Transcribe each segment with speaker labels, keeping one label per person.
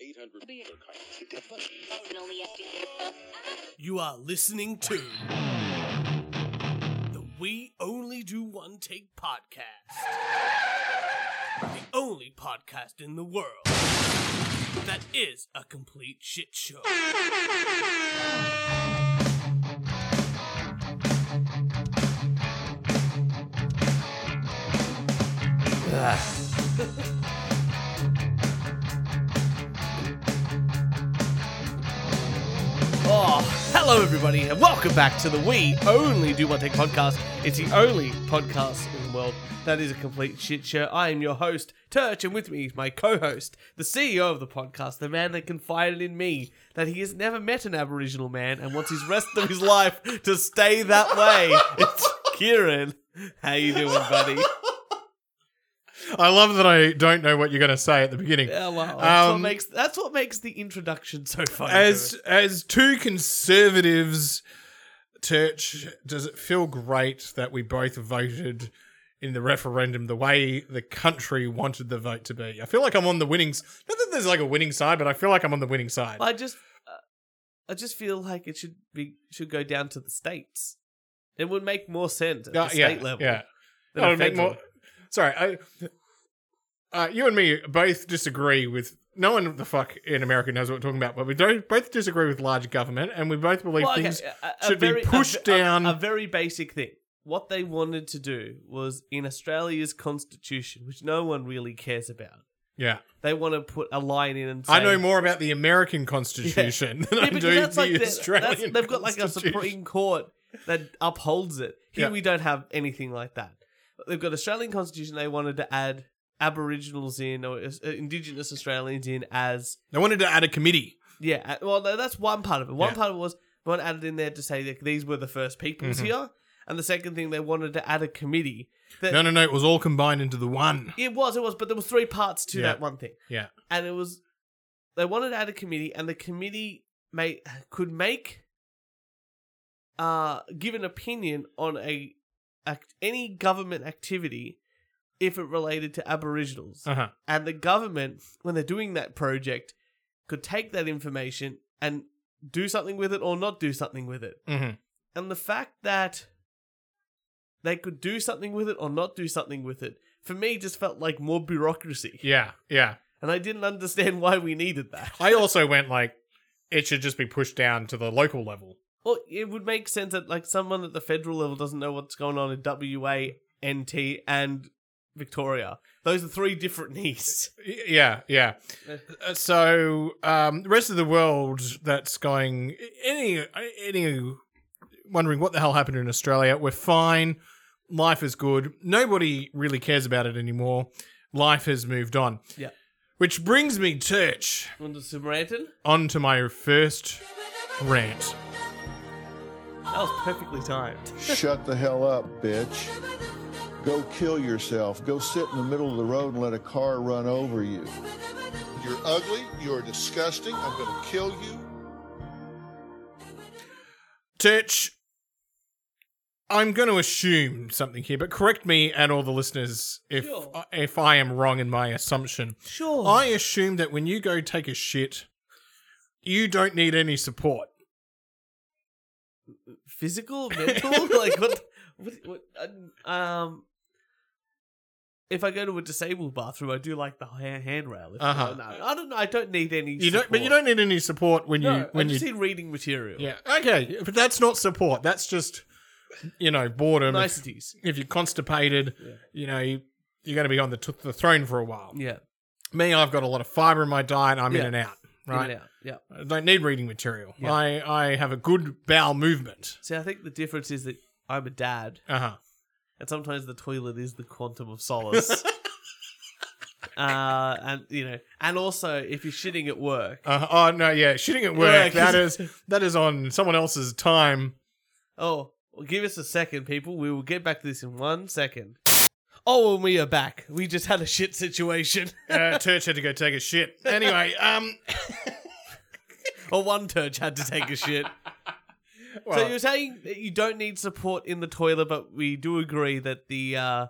Speaker 1: 800
Speaker 2: You are listening to the We Only Do One Take podcast. The only podcast in the world that is a complete shit show.
Speaker 3: Oh, hello everybody, and welcome back to the We Only Do One Take podcast. It's the only podcast in the world that is a complete shit show. I am your host, Turch, and with me is my co-host, the CEO of the podcast, the man that confided in me that he has never met an Aboriginal man and wants his rest of his life to stay that way. It's Kieran. How you doing, buddy?
Speaker 4: I love that I don't know what you're going to say at the beginning.
Speaker 3: Yeah, well, that's, what
Speaker 4: Um,
Speaker 3: makes, that's what makes the introduction so fun.
Speaker 4: As as two conservatives, Church, does it feel great that we both voted in the referendum the way the country wanted the vote to be? I feel like I'm on the winning. s- Not that there's like a winning side, but I feel like I'm on the winning side.
Speaker 3: I just, uh, I just feel like it should be should go down to the states. It would make more sense at
Speaker 4: Uh,
Speaker 3: the
Speaker 4: yeah,
Speaker 3: state level.
Speaker 4: yeah.
Speaker 3: than
Speaker 4: That
Speaker 3: a
Speaker 4: would make
Speaker 3: federal.
Speaker 4: more. Sorry, I. Uh, you and me both disagree with no one. The fuck in America knows what we're talking about, but we don't both disagree with large government, and we both believe
Speaker 3: Well, okay,
Speaker 4: things
Speaker 3: a- a
Speaker 4: should be
Speaker 3: very- a
Speaker 4: pushed
Speaker 3: ve- a-
Speaker 4: down.
Speaker 3: A, very basic thing. What they wanted to do was in Australia's constitution, which no one really cares about.
Speaker 4: Yeah.
Speaker 3: They want to put a line in and say,
Speaker 4: I know more about the American Constitution than
Speaker 3: Yeah,
Speaker 4: I
Speaker 3: because
Speaker 4: do
Speaker 3: that's
Speaker 4: the
Speaker 3: like the- that's-
Speaker 4: Australian
Speaker 3: they've got like a
Speaker 4: Constitution.
Speaker 3: Supreme Court that upholds it. Here
Speaker 4: Yeah.
Speaker 3: we don't have anything like that. They've got Australian Constitution. They wanted to add Aboriginals in or uh, Indigenous Australians in as
Speaker 4: They wanted to add a committee.
Speaker 3: yeah. uh, Well, no, that's one part of it. One
Speaker 4: Yeah.
Speaker 3: part of it was they wanted added in there to say that these were the first peoples
Speaker 4: Mhm.
Speaker 3: here, and the second thing they wanted to add a committee. That
Speaker 4: No, no, no. It was all combined into the one.
Speaker 3: it was it was, but there was three parts to
Speaker 4: Yeah.
Speaker 3: that one thing.
Speaker 4: Yeah.
Speaker 3: and it was they wanted to add a committee, and the committee may could make uh give an opinion on a, act any government activity if it related to Aboriginals,
Speaker 4: Uh huh.
Speaker 3: and the government when they're doing that project could take that information and do something with it or not do something with it.
Speaker 4: hmm
Speaker 3: And the fact that they could do something with it or not do something with it, for me, just felt like more bureaucracy.
Speaker 4: Yeah, yeah.
Speaker 3: And I didn't understand why we needed that.
Speaker 4: I also went like, it should just be pushed down to the local level.
Speaker 3: Well, it would make sense that like someone at the federal level doesn't know what's going on in WA, NT, and Victoria. Those are three different needs.
Speaker 4: Y- Yeah, yeah. Uh, So um, the rest of the world that's going any any wondering what the hell happened in Australia. We're fine. Life is good. Nobody really cares about it anymore. Life has moved on.
Speaker 3: Yeah.
Speaker 4: Which brings me, Church,
Speaker 3: Want to Samaritan?
Speaker 4: onto my first rant.
Speaker 3: That was perfectly timed.
Speaker 5: Shut the hell up, bitch. Go kill yourself. Go sit in the middle of the road and let a car run over you. You're ugly. You're disgusting. I'm going to kill you.
Speaker 4: Church, I'm going to assume something here, but correct me and all the listeners if
Speaker 3: Sure.
Speaker 4: if I am wrong in my assumption.
Speaker 3: Sure.
Speaker 4: I assume that when you go take a shit, you don't need any support.
Speaker 3: Physical, mental, like what? What? what uh, um. If I go to a disabled bathroom, I do like the hand- handrail. If
Speaker 4: Uh-huh.
Speaker 3: no, I don't. I don't need any.
Speaker 4: You don't, but you don't need any support when you
Speaker 3: No,
Speaker 4: when
Speaker 3: I
Speaker 4: you.
Speaker 3: just need reading material.
Speaker 4: yeah, okay, but that's not support. That's just you know boredom. If-
Speaker 3: Niceties.
Speaker 4: If, you're constipated,
Speaker 3: Yeah.
Speaker 4: you know you, you're going to be on the, t- the throne for a while.
Speaker 3: Yeah.
Speaker 4: Me, I've got a lot of fiber in my diet. I'm
Speaker 3: Yeah.
Speaker 4: in and out. Right,
Speaker 3: Right. Yeah.
Speaker 4: I don't need reading material.
Speaker 3: Yeah.
Speaker 4: I I have a good bowel movement.
Speaker 3: See, I think the difference is that I'm a dad,
Speaker 4: Uh huh.
Speaker 3: and sometimes the toilet is the quantum of solace. uh, and you know, and also if you're shitting at work,
Speaker 4: Uh, oh no, yeah, shitting at
Speaker 3: Yeah,
Speaker 4: work.
Speaker 3: 'cause-
Speaker 4: that is that is on someone else's time.
Speaker 3: oh, well, give us a second, people. We will get back to this in one second. Oh, and we are back. We just had a shit situation,
Speaker 4: uh, Turch had to go take a shit. Anyway, um,
Speaker 3: or one turd had to take a shit.
Speaker 4: well,
Speaker 3: so you're saying that you don't need support in the toilet, but we do agree that the uh,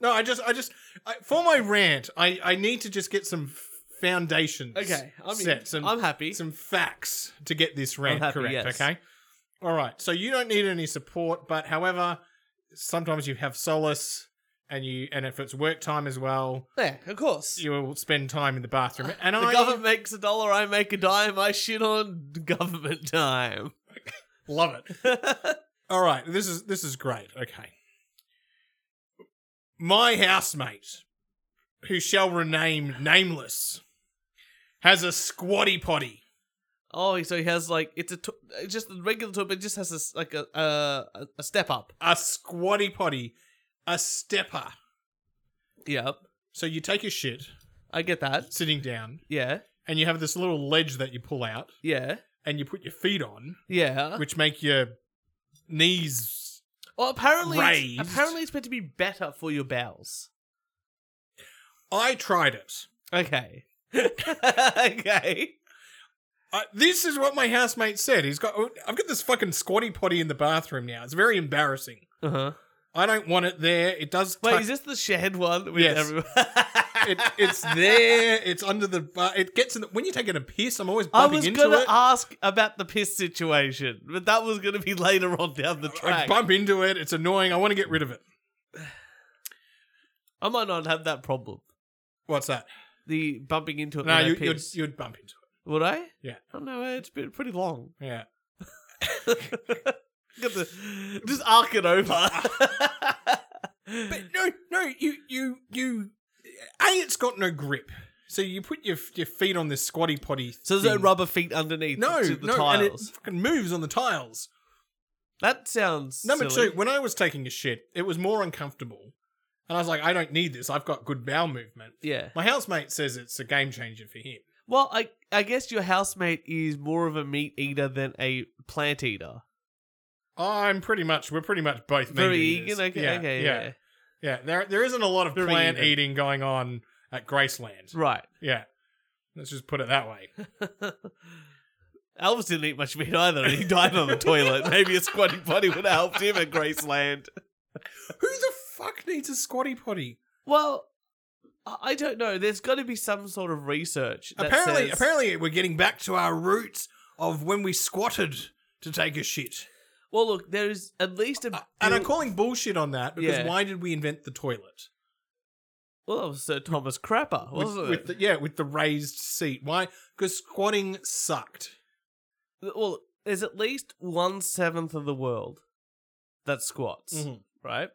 Speaker 4: no, I just, I just, I, for my rant, I, I need to just get some f- foundations.
Speaker 3: Okay, I mean,
Speaker 4: set some,
Speaker 3: I'm happy.
Speaker 4: Some facts to get this rant
Speaker 3: happy,
Speaker 4: correct.
Speaker 3: yes.
Speaker 4: Okay. All right. So you don't need any support, but however, sometimes you have solace, and you and if it's work time as well,
Speaker 3: Yeah, of course.
Speaker 4: you will spend time in the bathroom. And
Speaker 3: the
Speaker 4: I
Speaker 3: government makes a dollar, I make a dime. I shit on government time.
Speaker 4: love it. All right, this is this is great. Okay. My housemate, who shall rename nameless, has a squatty potty.
Speaker 3: Oh, so he has like it's a to- it's just a regular toilet, but it just has a, s- like a uh, a step up.
Speaker 4: A squatty potty. A stepper.
Speaker 3: Yeah,
Speaker 4: So you take a shit
Speaker 3: I get that.
Speaker 4: sitting down,
Speaker 3: Yeah,
Speaker 4: and you have this little ledge that you pull out,
Speaker 3: yeah,
Speaker 4: and you put your feet on,
Speaker 3: yeah.
Speaker 4: which make your knees.
Speaker 3: Well, apparently,
Speaker 4: Raised.
Speaker 3: it's, apparently it's meant to be better for your bowels.
Speaker 4: I tried it.
Speaker 3: Okay, okay.
Speaker 4: Uh, this is what my housemate said. He's got. I've got this fucking squatty potty in the bathroom now. It's very embarrassing.
Speaker 3: Uh huh.
Speaker 4: I don't want it there. It does.
Speaker 3: Wait,
Speaker 4: touch-
Speaker 3: is this the shared one? With
Speaker 4: Yes.
Speaker 3: everyone?
Speaker 4: it, it's there. It's under the. bu- it gets in. The, when you're taking a piss, I'm always
Speaker 3: I
Speaker 4: bumping
Speaker 3: was
Speaker 4: into
Speaker 3: gonna
Speaker 4: it.
Speaker 3: ask about the piss situation, but that was gonna be later on down the
Speaker 4: I
Speaker 3: track.
Speaker 4: bump into it. It's annoying. I want to get rid of it.
Speaker 3: I might not have that problem.
Speaker 4: What's that?
Speaker 3: The bumping into it.
Speaker 4: No,
Speaker 3: when I
Speaker 4: you, you'd,
Speaker 3: piss.
Speaker 4: you'd bump into
Speaker 3: Would I?
Speaker 4: Yeah.
Speaker 3: I don't know. It's been pretty long.
Speaker 4: it. Yeah.
Speaker 3: Got the, just arc it over.
Speaker 4: But no, no. You, you, you. A, it's got no grip. So you put your your feet on this squatty potty.
Speaker 3: so there's no
Speaker 4: thing.
Speaker 3: rubber feet underneath.
Speaker 4: No,
Speaker 3: to the
Speaker 4: no,
Speaker 3: tiles.
Speaker 4: and it fucking moves on the tiles.
Speaker 3: that sounds
Speaker 4: Number
Speaker 3: silly.
Speaker 4: two, when I was taking a shit, it was more uncomfortable. And I was like, I don't need this. I've got good bowel movement.
Speaker 3: Yeah.
Speaker 4: My housemate says it's a game changer for him.
Speaker 3: Well, I I guess your housemate is more of a meat eater than a plant eater.
Speaker 4: I'm pretty much, we're pretty much both meat
Speaker 3: Very
Speaker 4: eaters.
Speaker 3: eager. Okay. okay yeah.
Speaker 4: yeah. Yeah, There, there isn't a lot of
Speaker 3: Very
Speaker 4: plant
Speaker 3: even.
Speaker 4: eating going on at Graceland.
Speaker 3: Right.
Speaker 4: Yeah. Let's just put it that way.
Speaker 3: Elvis didn't eat much meat either, and he died on the toilet. Maybe a squatty potty would have helped him at Graceland.
Speaker 4: Who the fuck needs a squatty potty?
Speaker 3: Well, I I don't know. There's got to be some sort of research. That
Speaker 4: apparently,
Speaker 3: says-
Speaker 4: apparently, we're getting back to our roots of when we squatted to take a shit. Uh,
Speaker 3: Well, look, there's at least a.
Speaker 4: And I'm calling bullshit on that because
Speaker 3: Yeah.
Speaker 4: why did we invent the toilet?
Speaker 3: well, that was Sir Thomas Crapper,
Speaker 4: with,
Speaker 3: wasn't
Speaker 4: with the, yeah, with the raised seat. Why? Because squatting sucked.
Speaker 3: it? well, there's at least one seventh of the world that squats,
Speaker 4: Mhm.
Speaker 3: right?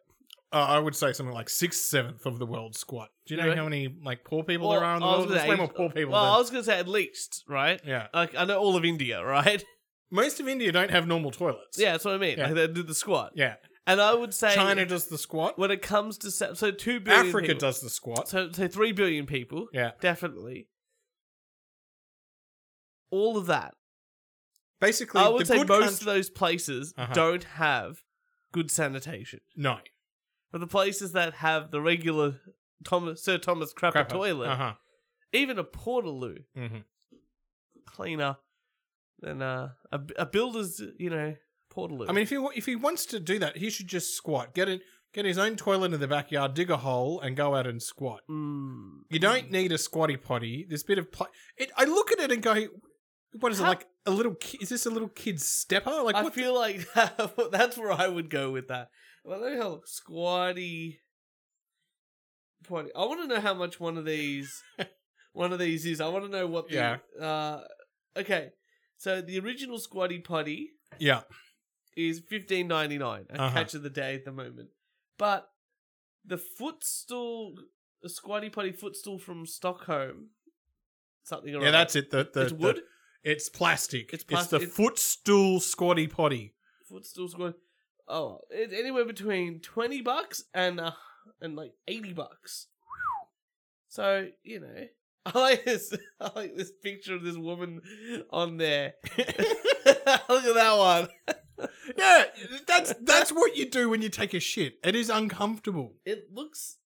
Speaker 4: Uh, I would say something like six seventh of the world squat. Do you know
Speaker 3: Right.
Speaker 4: how many like poor people
Speaker 3: Well,
Speaker 4: there are in the
Speaker 3: I was
Speaker 4: world?
Speaker 3: gonna
Speaker 4: There's way
Speaker 3: say-
Speaker 4: more poor people.
Speaker 3: Well, I
Speaker 4: than-
Speaker 3: was going to say at least, right?
Speaker 4: yeah,
Speaker 3: Like, I know all of India, right?
Speaker 4: most of India don't have normal toilets.
Speaker 3: Yeah, that's what I mean.
Speaker 4: Yeah.
Speaker 3: Like, they do the squat,
Speaker 4: yeah.
Speaker 3: and I would say
Speaker 4: China does the squat.
Speaker 3: when it comes to se- so two billion
Speaker 4: Africa
Speaker 3: people-
Speaker 4: does the squat.
Speaker 3: so so three billion people,
Speaker 4: yeah,
Speaker 3: definitely. All of that
Speaker 4: basically,
Speaker 3: I would
Speaker 4: the
Speaker 3: say
Speaker 4: good
Speaker 3: most
Speaker 4: country-
Speaker 3: of those places
Speaker 4: Uh-huh.
Speaker 3: don't have good sanitation.
Speaker 4: no
Speaker 3: But the places that have the regular Thomas, Sir Thomas Crapper toilet,
Speaker 4: Uh huh.
Speaker 3: even a portaloo
Speaker 4: hmm
Speaker 3: cleaner than uh, a, a builder's, you know, portaloo.
Speaker 4: I mean, if he wa- if he wants to do that, he should just squat. Get it. Get his own toilet in the backyard, dig a hole, and go out and squat.
Speaker 3: Mm.
Speaker 4: You don't need a squatty potty. This bit of pla It, I look at it and go, "What is it
Speaker 3: How-
Speaker 4: like? A little? Ki- is this a little kid's stepper? Like
Speaker 3: I
Speaker 4: what?
Speaker 3: feel like that's where I would go with that. Well, let me have a look. squatty. Potty. I want to know how much one of these, one of these is. I want to know what the.
Speaker 4: Yeah.
Speaker 3: Uh, okay, so the original squatty potty
Speaker 4: yeah,
Speaker 3: is fifteen ninety nine, a
Speaker 4: Uh-huh.
Speaker 3: catch of the day at the moment. But the footstool, the squatty potty footstool from Stockholm, something.
Speaker 4: yeah. That's it. The the
Speaker 3: it's wood.
Speaker 4: the- it's plastic.
Speaker 3: It's
Speaker 4: It's,
Speaker 3: plas-
Speaker 4: the
Speaker 3: it's-
Speaker 4: footstool squatty potty.
Speaker 3: footstool's going. Oh, it's anywhere between twenty bucks and uh, and like eighty bucks. So you know, I like this. I like this picture of this woman on there. Look at that one.
Speaker 4: Yeah, that's that's what you do when you take a shit. It is uncomfortable.
Speaker 3: It looks,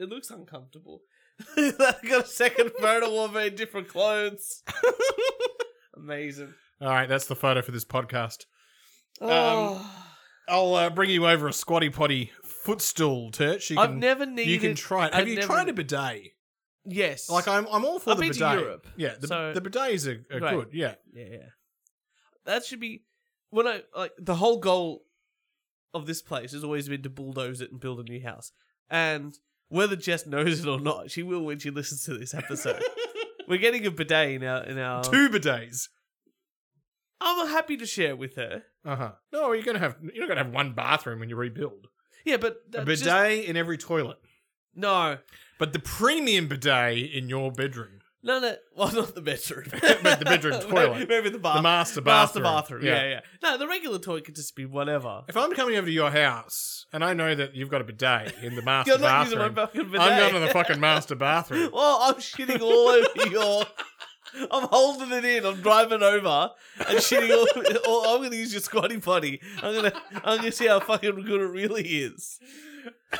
Speaker 3: it looks uncomfortable. I got a second photo of her in different clothes. Amazing.
Speaker 4: All right, that's the photo for this podcast.
Speaker 3: Oh,
Speaker 4: I'll uh, bring you over a squatty potty footstool, Turch. You
Speaker 3: I've
Speaker 4: can
Speaker 3: never needed.
Speaker 4: you can try it. Have
Speaker 3: I've
Speaker 4: you
Speaker 3: never-
Speaker 4: tried a bidet?
Speaker 3: Yes.
Speaker 4: Like I'm, I'm all for
Speaker 3: I've
Speaker 4: the
Speaker 3: been
Speaker 4: bidet.
Speaker 3: to Europe,
Speaker 4: yeah, the,
Speaker 3: so-
Speaker 4: the bidets are, are
Speaker 3: Right.
Speaker 4: good. Yeah,
Speaker 3: Yeah, yeah. That should be when I like the whole goal of this place has always been to bulldoze it and build a new house. And whether Jess knows it or not, she will when she listens to this episode. We're getting a bidet in our in our
Speaker 4: two bidets.
Speaker 3: I'm happy to share with her.
Speaker 4: Uh huh. No, you're gonna have you're not gonna have one bathroom when you rebuild.
Speaker 3: Yeah, but
Speaker 4: A
Speaker 3: that's
Speaker 4: bidet
Speaker 3: just-
Speaker 4: in every toilet,
Speaker 3: no.
Speaker 4: but the premium bidet in your bedroom,
Speaker 3: No, no. Well, not the bedroom.
Speaker 4: But the bedroom toilet.
Speaker 3: Maybe the
Speaker 4: the
Speaker 3: bathroom.
Speaker 4: Uh, master
Speaker 3: master
Speaker 4: bathroom.
Speaker 3: bathroom. Yeah. yeah, No, the regular toilet could just be whatever.
Speaker 4: If I'm coming over to your house and I know that you've got a bidet in the master
Speaker 3: You're not using
Speaker 4: bathroom,
Speaker 3: my fucking bidet.
Speaker 4: I'm going to the fucking master bathroom.
Speaker 3: Well, I'm shitting all over your. I'm holding it in. I'm driving over and shitting all. all I'm going to use your squatty potty. I'm going to. I'm going to see how fucking good it really is.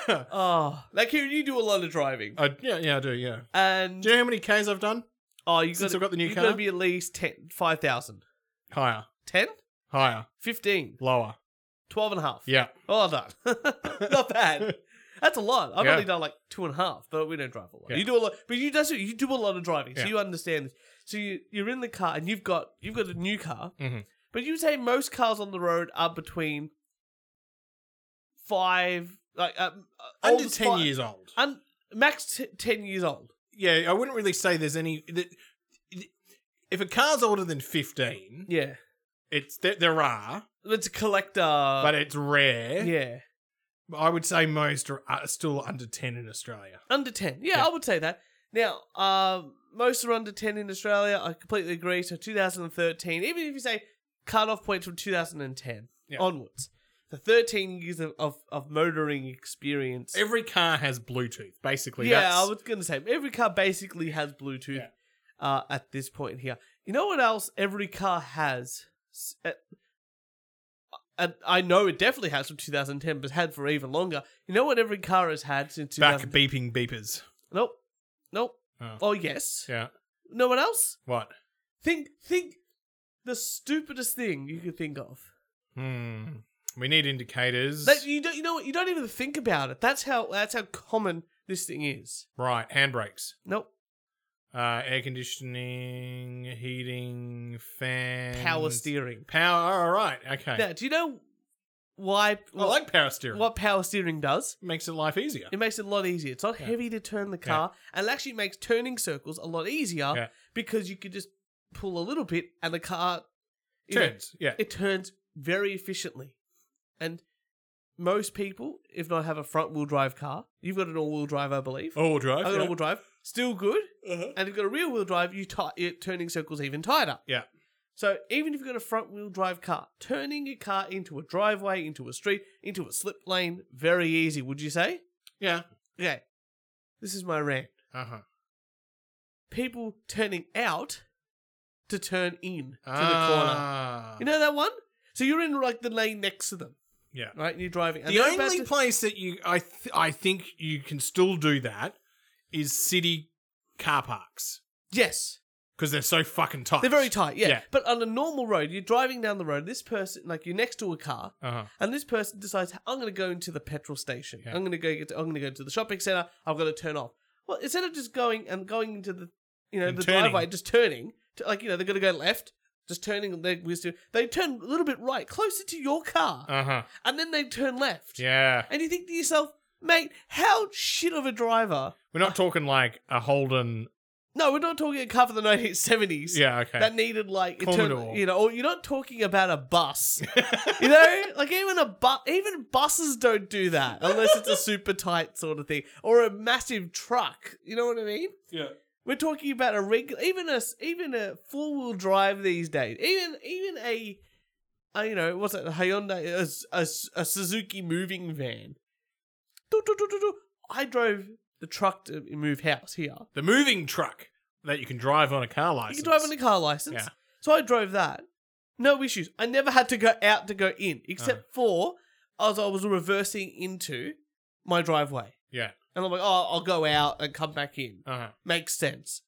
Speaker 3: oh, like Kieran, you do a lot of driving,
Speaker 4: I, yeah, yeah, I do. Yeah.
Speaker 3: and
Speaker 4: Do you know how many Ks I've done?
Speaker 3: oh, you
Speaker 4: Since
Speaker 3: gotta,
Speaker 4: I've got the new
Speaker 3: you
Speaker 4: car?
Speaker 3: got to be at least 10, 5,000.
Speaker 4: Higher,
Speaker 3: 10?
Speaker 4: higher,
Speaker 3: 15,
Speaker 4: lower.
Speaker 3: 12 and a half.
Speaker 4: Yeah.
Speaker 3: Well done. Oh, Not bad. That's a lot. I've
Speaker 4: Yeah.
Speaker 3: only done like two and a half, but we don't drive a lot.
Speaker 4: Yeah.
Speaker 3: You do a lot, but you that's, you do a lot of driving, so
Speaker 4: Yeah.
Speaker 3: you understand. This. So you you're in the car and you've got you've got a new car,
Speaker 4: Mhm.
Speaker 3: but you say most cars on the road are between five like um, uh,
Speaker 4: Under
Speaker 3: oldest
Speaker 4: ten
Speaker 3: five-
Speaker 4: years old.
Speaker 3: un, max t- ten years old.
Speaker 4: yeah, I wouldn't really say there's any. th- th- If a car's older than fifteen,
Speaker 3: Yeah,
Speaker 4: it's there, there are,
Speaker 3: it's a collector.
Speaker 4: but it's rare.
Speaker 3: Uh, yeah,
Speaker 4: But I would say most are are still under ten in Australia.
Speaker 3: under ten. Yeah,
Speaker 4: Yeah.
Speaker 3: I would say that. Now, um, most are under ten in Australia. I completely agree. So 2013, even if you say cutoff point from 2010
Speaker 4: Yeah.
Speaker 3: onwards, the 13 years of, of, of motoring experience.
Speaker 4: Every car has Bluetooth, basically.
Speaker 3: yeah,
Speaker 4: That's-
Speaker 3: I was going to say every car basically has Bluetooth
Speaker 4: Yeah.
Speaker 3: uh, at this point here. You know what else every car has? S- uh, and I know it definitely has from 2010, but had for even longer. You know what every car has had since
Speaker 4: back
Speaker 3: 2000?
Speaker 4: beeping beepers.
Speaker 3: Nope. Nope.
Speaker 4: Oh.
Speaker 3: Oh yes.
Speaker 4: Yeah.
Speaker 3: No one else?
Speaker 4: What?
Speaker 3: Think think the stupidest thing you could think of.
Speaker 4: Hmm. We need indicators.
Speaker 3: That you don't you know what you don't even think about it. That's how that's how common this thing is.
Speaker 4: right. Handbrakes.
Speaker 3: Nope.
Speaker 4: Uh, air conditioning, heating, fan,
Speaker 3: Power steering.
Speaker 4: Power. oh, All right. Okay.
Speaker 3: Now, do you know why
Speaker 4: I like power steering.
Speaker 3: what power steering does?
Speaker 4: makes it life easier?
Speaker 3: It makes it a lot easier. It's not
Speaker 4: Yeah.
Speaker 3: heavy to turn the car, and it actually makes turning circles a lot easier
Speaker 4: Yeah.
Speaker 3: because you could just pull a little bit and the car you know,
Speaker 4: Turns. Yeah.
Speaker 3: it turns very efficiently. And most people, if not have a front wheel drive car, you've got an all wheel drive, I believe.
Speaker 4: All drive.
Speaker 3: I've got
Speaker 4: yeah.
Speaker 3: all wheel drive, still good.
Speaker 4: Uh-huh.
Speaker 3: And if you've got a rear wheel drive, you ti it turning circles even tighter.
Speaker 4: Yeah.
Speaker 3: So even if you've got a front wheel drive car, turning your car into a driveway, into a street, into a slip lane, very easy, would you say?
Speaker 4: Yeah.
Speaker 3: Okay. This is my rant.
Speaker 4: Uh huh.
Speaker 3: People turning out to turn in to the corner.
Speaker 4: ah.
Speaker 3: You know that one? So you're in like the lane next to them,
Speaker 4: Yeah.
Speaker 3: right? And you're driving. And
Speaker 4: The
Speaker 3: they're about
Speaker 4: only
Speaker 3: to-
Speaker 4: place that you, I, th- I think you can still do that is city car parks
Speaker 3: yes,
Speaker 4: because they're so fucking tight.
Speaker 3: they're very tight. Yeah.
Speaker 4: Yeah.
Speaker 3: but on a normal road, you're driving down the road. This person, like you're next to a car,
Speaker 4: Uh huh.
Speaker 3: and this person decides, I'm going to go into the petrol station.
Speaker 4: Yeah.
Speaker 3: I'm going to go get. To, I'm going to go to the shopping center. I've got to turn off. Well, instead of just going and going into the, you know,
Speaker 4: And
Speaker 3: the
Speaker 4: turning.
Speaker 3: driveway, just turning, to, like you know, they're going to go left. Just turning, they they turn a little bit right, closer to your car,
Speaker 4: Uh huh.
Speaker 3: and then they turn left.
Speaker 4: Yeah.
Speaker 3: And you think to yourself, mate, how shit of a driver
Speaker 4: We're not talking like a Holden.
Speaker 3: No, we're not talking a car from the 1970s.
Speaker 4: Yeah. Okay.
Speaker 3: That needed like it turned-
Speaker 4: Commodore.
Speaker 3: you know, or you're not talking about a bus. you know, like even a bu- even buses don't do that unless it's a super tight sort of thing or a massive truck. You know what I mean?
Speaker 4: yeah.
Speaker 3: We're talking about a regular, even a s- even a four wheel drive these days. Even even a, a you know what's it? A Hyundai, a, s- a s- a Suzuki moving van. Do, do, do, do, do. I drove the truck to move house here.
Speaker 4: The moving truck that you can drive on a car license.
Speaker 3: You can drive on a car license.
Speaker 4: Yeah.
Speaker 3: So I drove that. No issues. I never had to go out to go in, except
Speaker 4: Uh-huh.
Speaker 3: for as I was reversing into my driveway.
Speaker 4: Yeah.
Speaker 3: And I'm like, oh, I'll go out and come back in.
Speaker 4: Uh huh.
Speaker 3: Makes sense.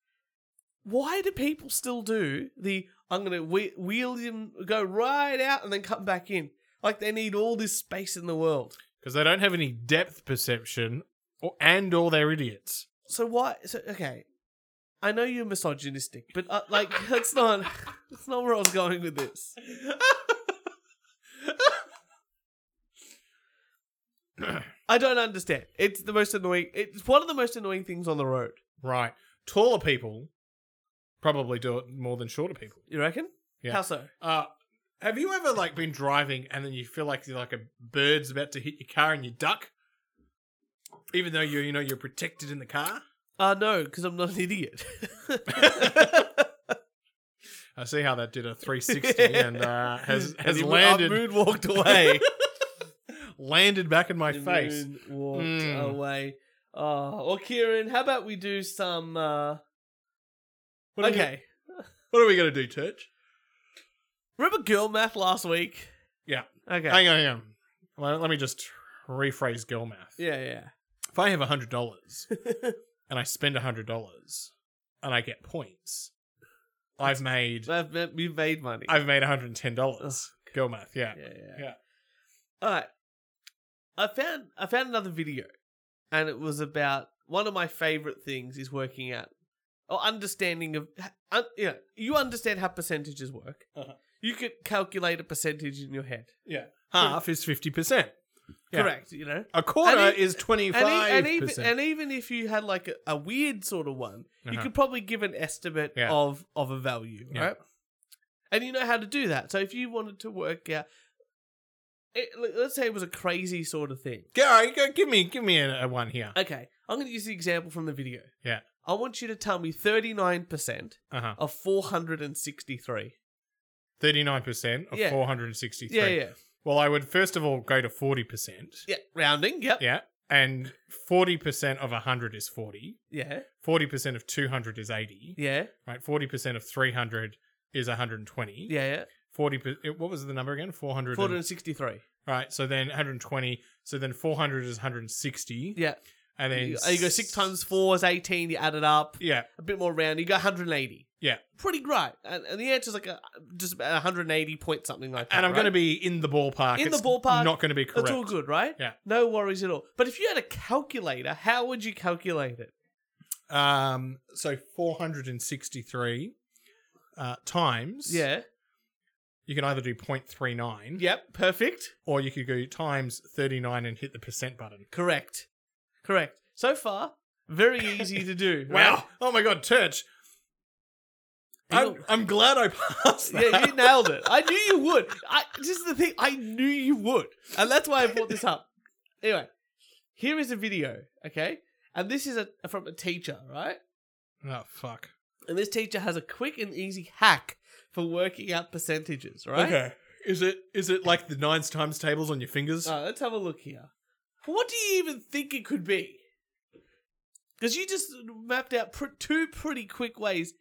Speaker 3: Why do people still do the I'm going to whe- wheel in, go right out and then come back in? Like they need all this space in the world.
Speaker 4: Because they don't have any depth perception, or, and or they're idiots.
Speaker 3: So why? So okay, I know you're misogynistic, but uh, like that's not that's not where I was going with this. I don't understand. It's the most annoying. It's one of the most annoying things on the road.
Speaker 4: Right. Taller people probably do it more than shorter people.
Speaker 3: You reckon?
Speaker 4: Yeah.
Speaker 3: How so?
Speaker 4: Uh, have you ever like been driving and then you feel like you're like a bird's about to hit your car and you duck, even though you you know you're protected in the car?
Speaker 3: Uh no, because I'm not an idiot.
Speaker 4: I see how that did a 360 and uh, has has
Speaker 3: he- "Oh,
Speaker 4: landed
Speaker 3: I moon walked away.
Speaker 4: landed back in my
Speaker 3: The
Speaker 4: face.
Speaker 3: moon walked
Speaker 4: Mm.
Speaker 3: away. Oh, well, Kieran, how about we do some? uh
Speaker 4: What are we-
Speaker 3: Okay.
Speaker 4: what are we gonna do, Church?
Speaker 3: Remember girl math last week?
Speaker 4: Yeah.
Speaker 3: Okay.
Speaker 4: Hang on, hang on. Let, let me just rephrase girl math.
Speaker 3: yeah, yeah.
Speaker 4: If I have hundred dollars and I spend hundred dollars and I get points, I've made
Speaker 3: I've, ma- we've made money.
Speaker 4: I've made hundred and ten dollars. Girl math, yeah.
Speaker 3: yeah, yeah.
Speaker 4: Yeah.
Speaker 3: All right. I found I found another video, and it was about one of my favorite things is working out or understanding of. Un, you know, you understand how percentages work.
Speaker 4: Uh-huh.
Speaker 3: You could calculate a percentage in your head.
Speaker 4: Yeah. Half is fifty percent. Yeah.
Speaker 3: Correct. You know.
Speaker 4: A quarter
Speaker 3: And e-
Speaker 4: is twenty
Speaker 3: And, e-
Speaker 4: five
Speaker 3: and even
Speaker 4: percent.
Speaker 3: and even if you had like a, a weird sort of one, you
Speaker 4: Uh-huh.
Speaker 3: could probably give an estimate
Speaker 4: Yeah.
Speaker 3: of of a value,
Speaker 4: Yeah.
Speaker 3: right? And you know how to do that. So if you wanted to work out, it, let- let's say it was a crazy sort of thing.
Speaker 4: Go, all right, go- give me give me a, a one here.
Speaker 3: Okay, I'm going to use the example from the video.
Speaker 4: Yeah.
Speaker 3: I want you to tell me 39%
Speaker 4: Uh huh.
Speaker 3: of 463.
Speaker 4: Thirty nine percent of
Speaker 3: Yeah.
Speaker 4: four hundred and sixty three.
Speaker 3: Yeah, yeah.
Speaker 4: Well, I would first of all go to forty percent.
Speaker 3: Yeah, rounding. Yep.
Speaker 4: Yeah. And forty percent of hundred is forty.
Speaker 3: Yeah.
Speaker 4: Forty percent of two hundred is eighty.
Speaker 3: Yeah.
Speaker 4: Right. Forty percent of three hundred is one hundred and twenty.
Speaker 3: Yeah.
Speaker 4: Forty. per- it- What was the number again? Four hundred.
Speaker 3: 463.
Speaker 4: Right. So then one hundred and twenty. So then four hundred is one hundred and sixty.
Speaker 3: Yeah.
Speaker 4: And then
Speaker 3: You, uh, you go 6 times 4 is 18. You add it up.
Speaker 4: Yeah.
Speaker 3: A bit more round. You go 180.
Speaker 4: Yeah.
Speaker 3: Pretty great. And, and the answer's like a, just about 180 point something like that.
Speaker 4: And I'm going to
Speaker 3: right?
Speaker 4: be in the ballpark.
Speaker 3: In the
Speaker 4: It's
Speaker 3: ballpark,
Speaker 4: Not going to be correct.
Speaker 3: That's all good, right?
Speaker 4: Yeah.
Speaker 3: No worries at all. But if you had a calculator, how would you calculate it?
Speaker 4: Um. So four hundred and sixty three. Uh, times
Speaker 3: Yeah.
Speaker 4: you can either do 0.39
Speaker 3: Yep. Perfect.
Speaker 4: or you could go times 39 and hit the percent button
Speaker 3: Correct. Correct. So far, very easy to do. right?
Speaker 4: Wow. Oh my god, Church.
Speaker 3: Hang
Speaker 4: I'm, I'm glad I passed that.
Speaker 3: Yeah, you nailed it. I knew you would. I this is the thing, I knew you would. And that's why I brought this up. Anyway, here is a video, okay? And this is a from a teacher, right?
Speaker 4: Oh fuck.
Speaker 3: And this teacher has a quick and easy hack for working out percentages, right?
Speaker 4: Okay. Is it is it like the nines times tables on your fingers?
Speaker 3: Uh, let's have a look here. What do you even think it could be? Because you just mapped out pr- two pretty quick ways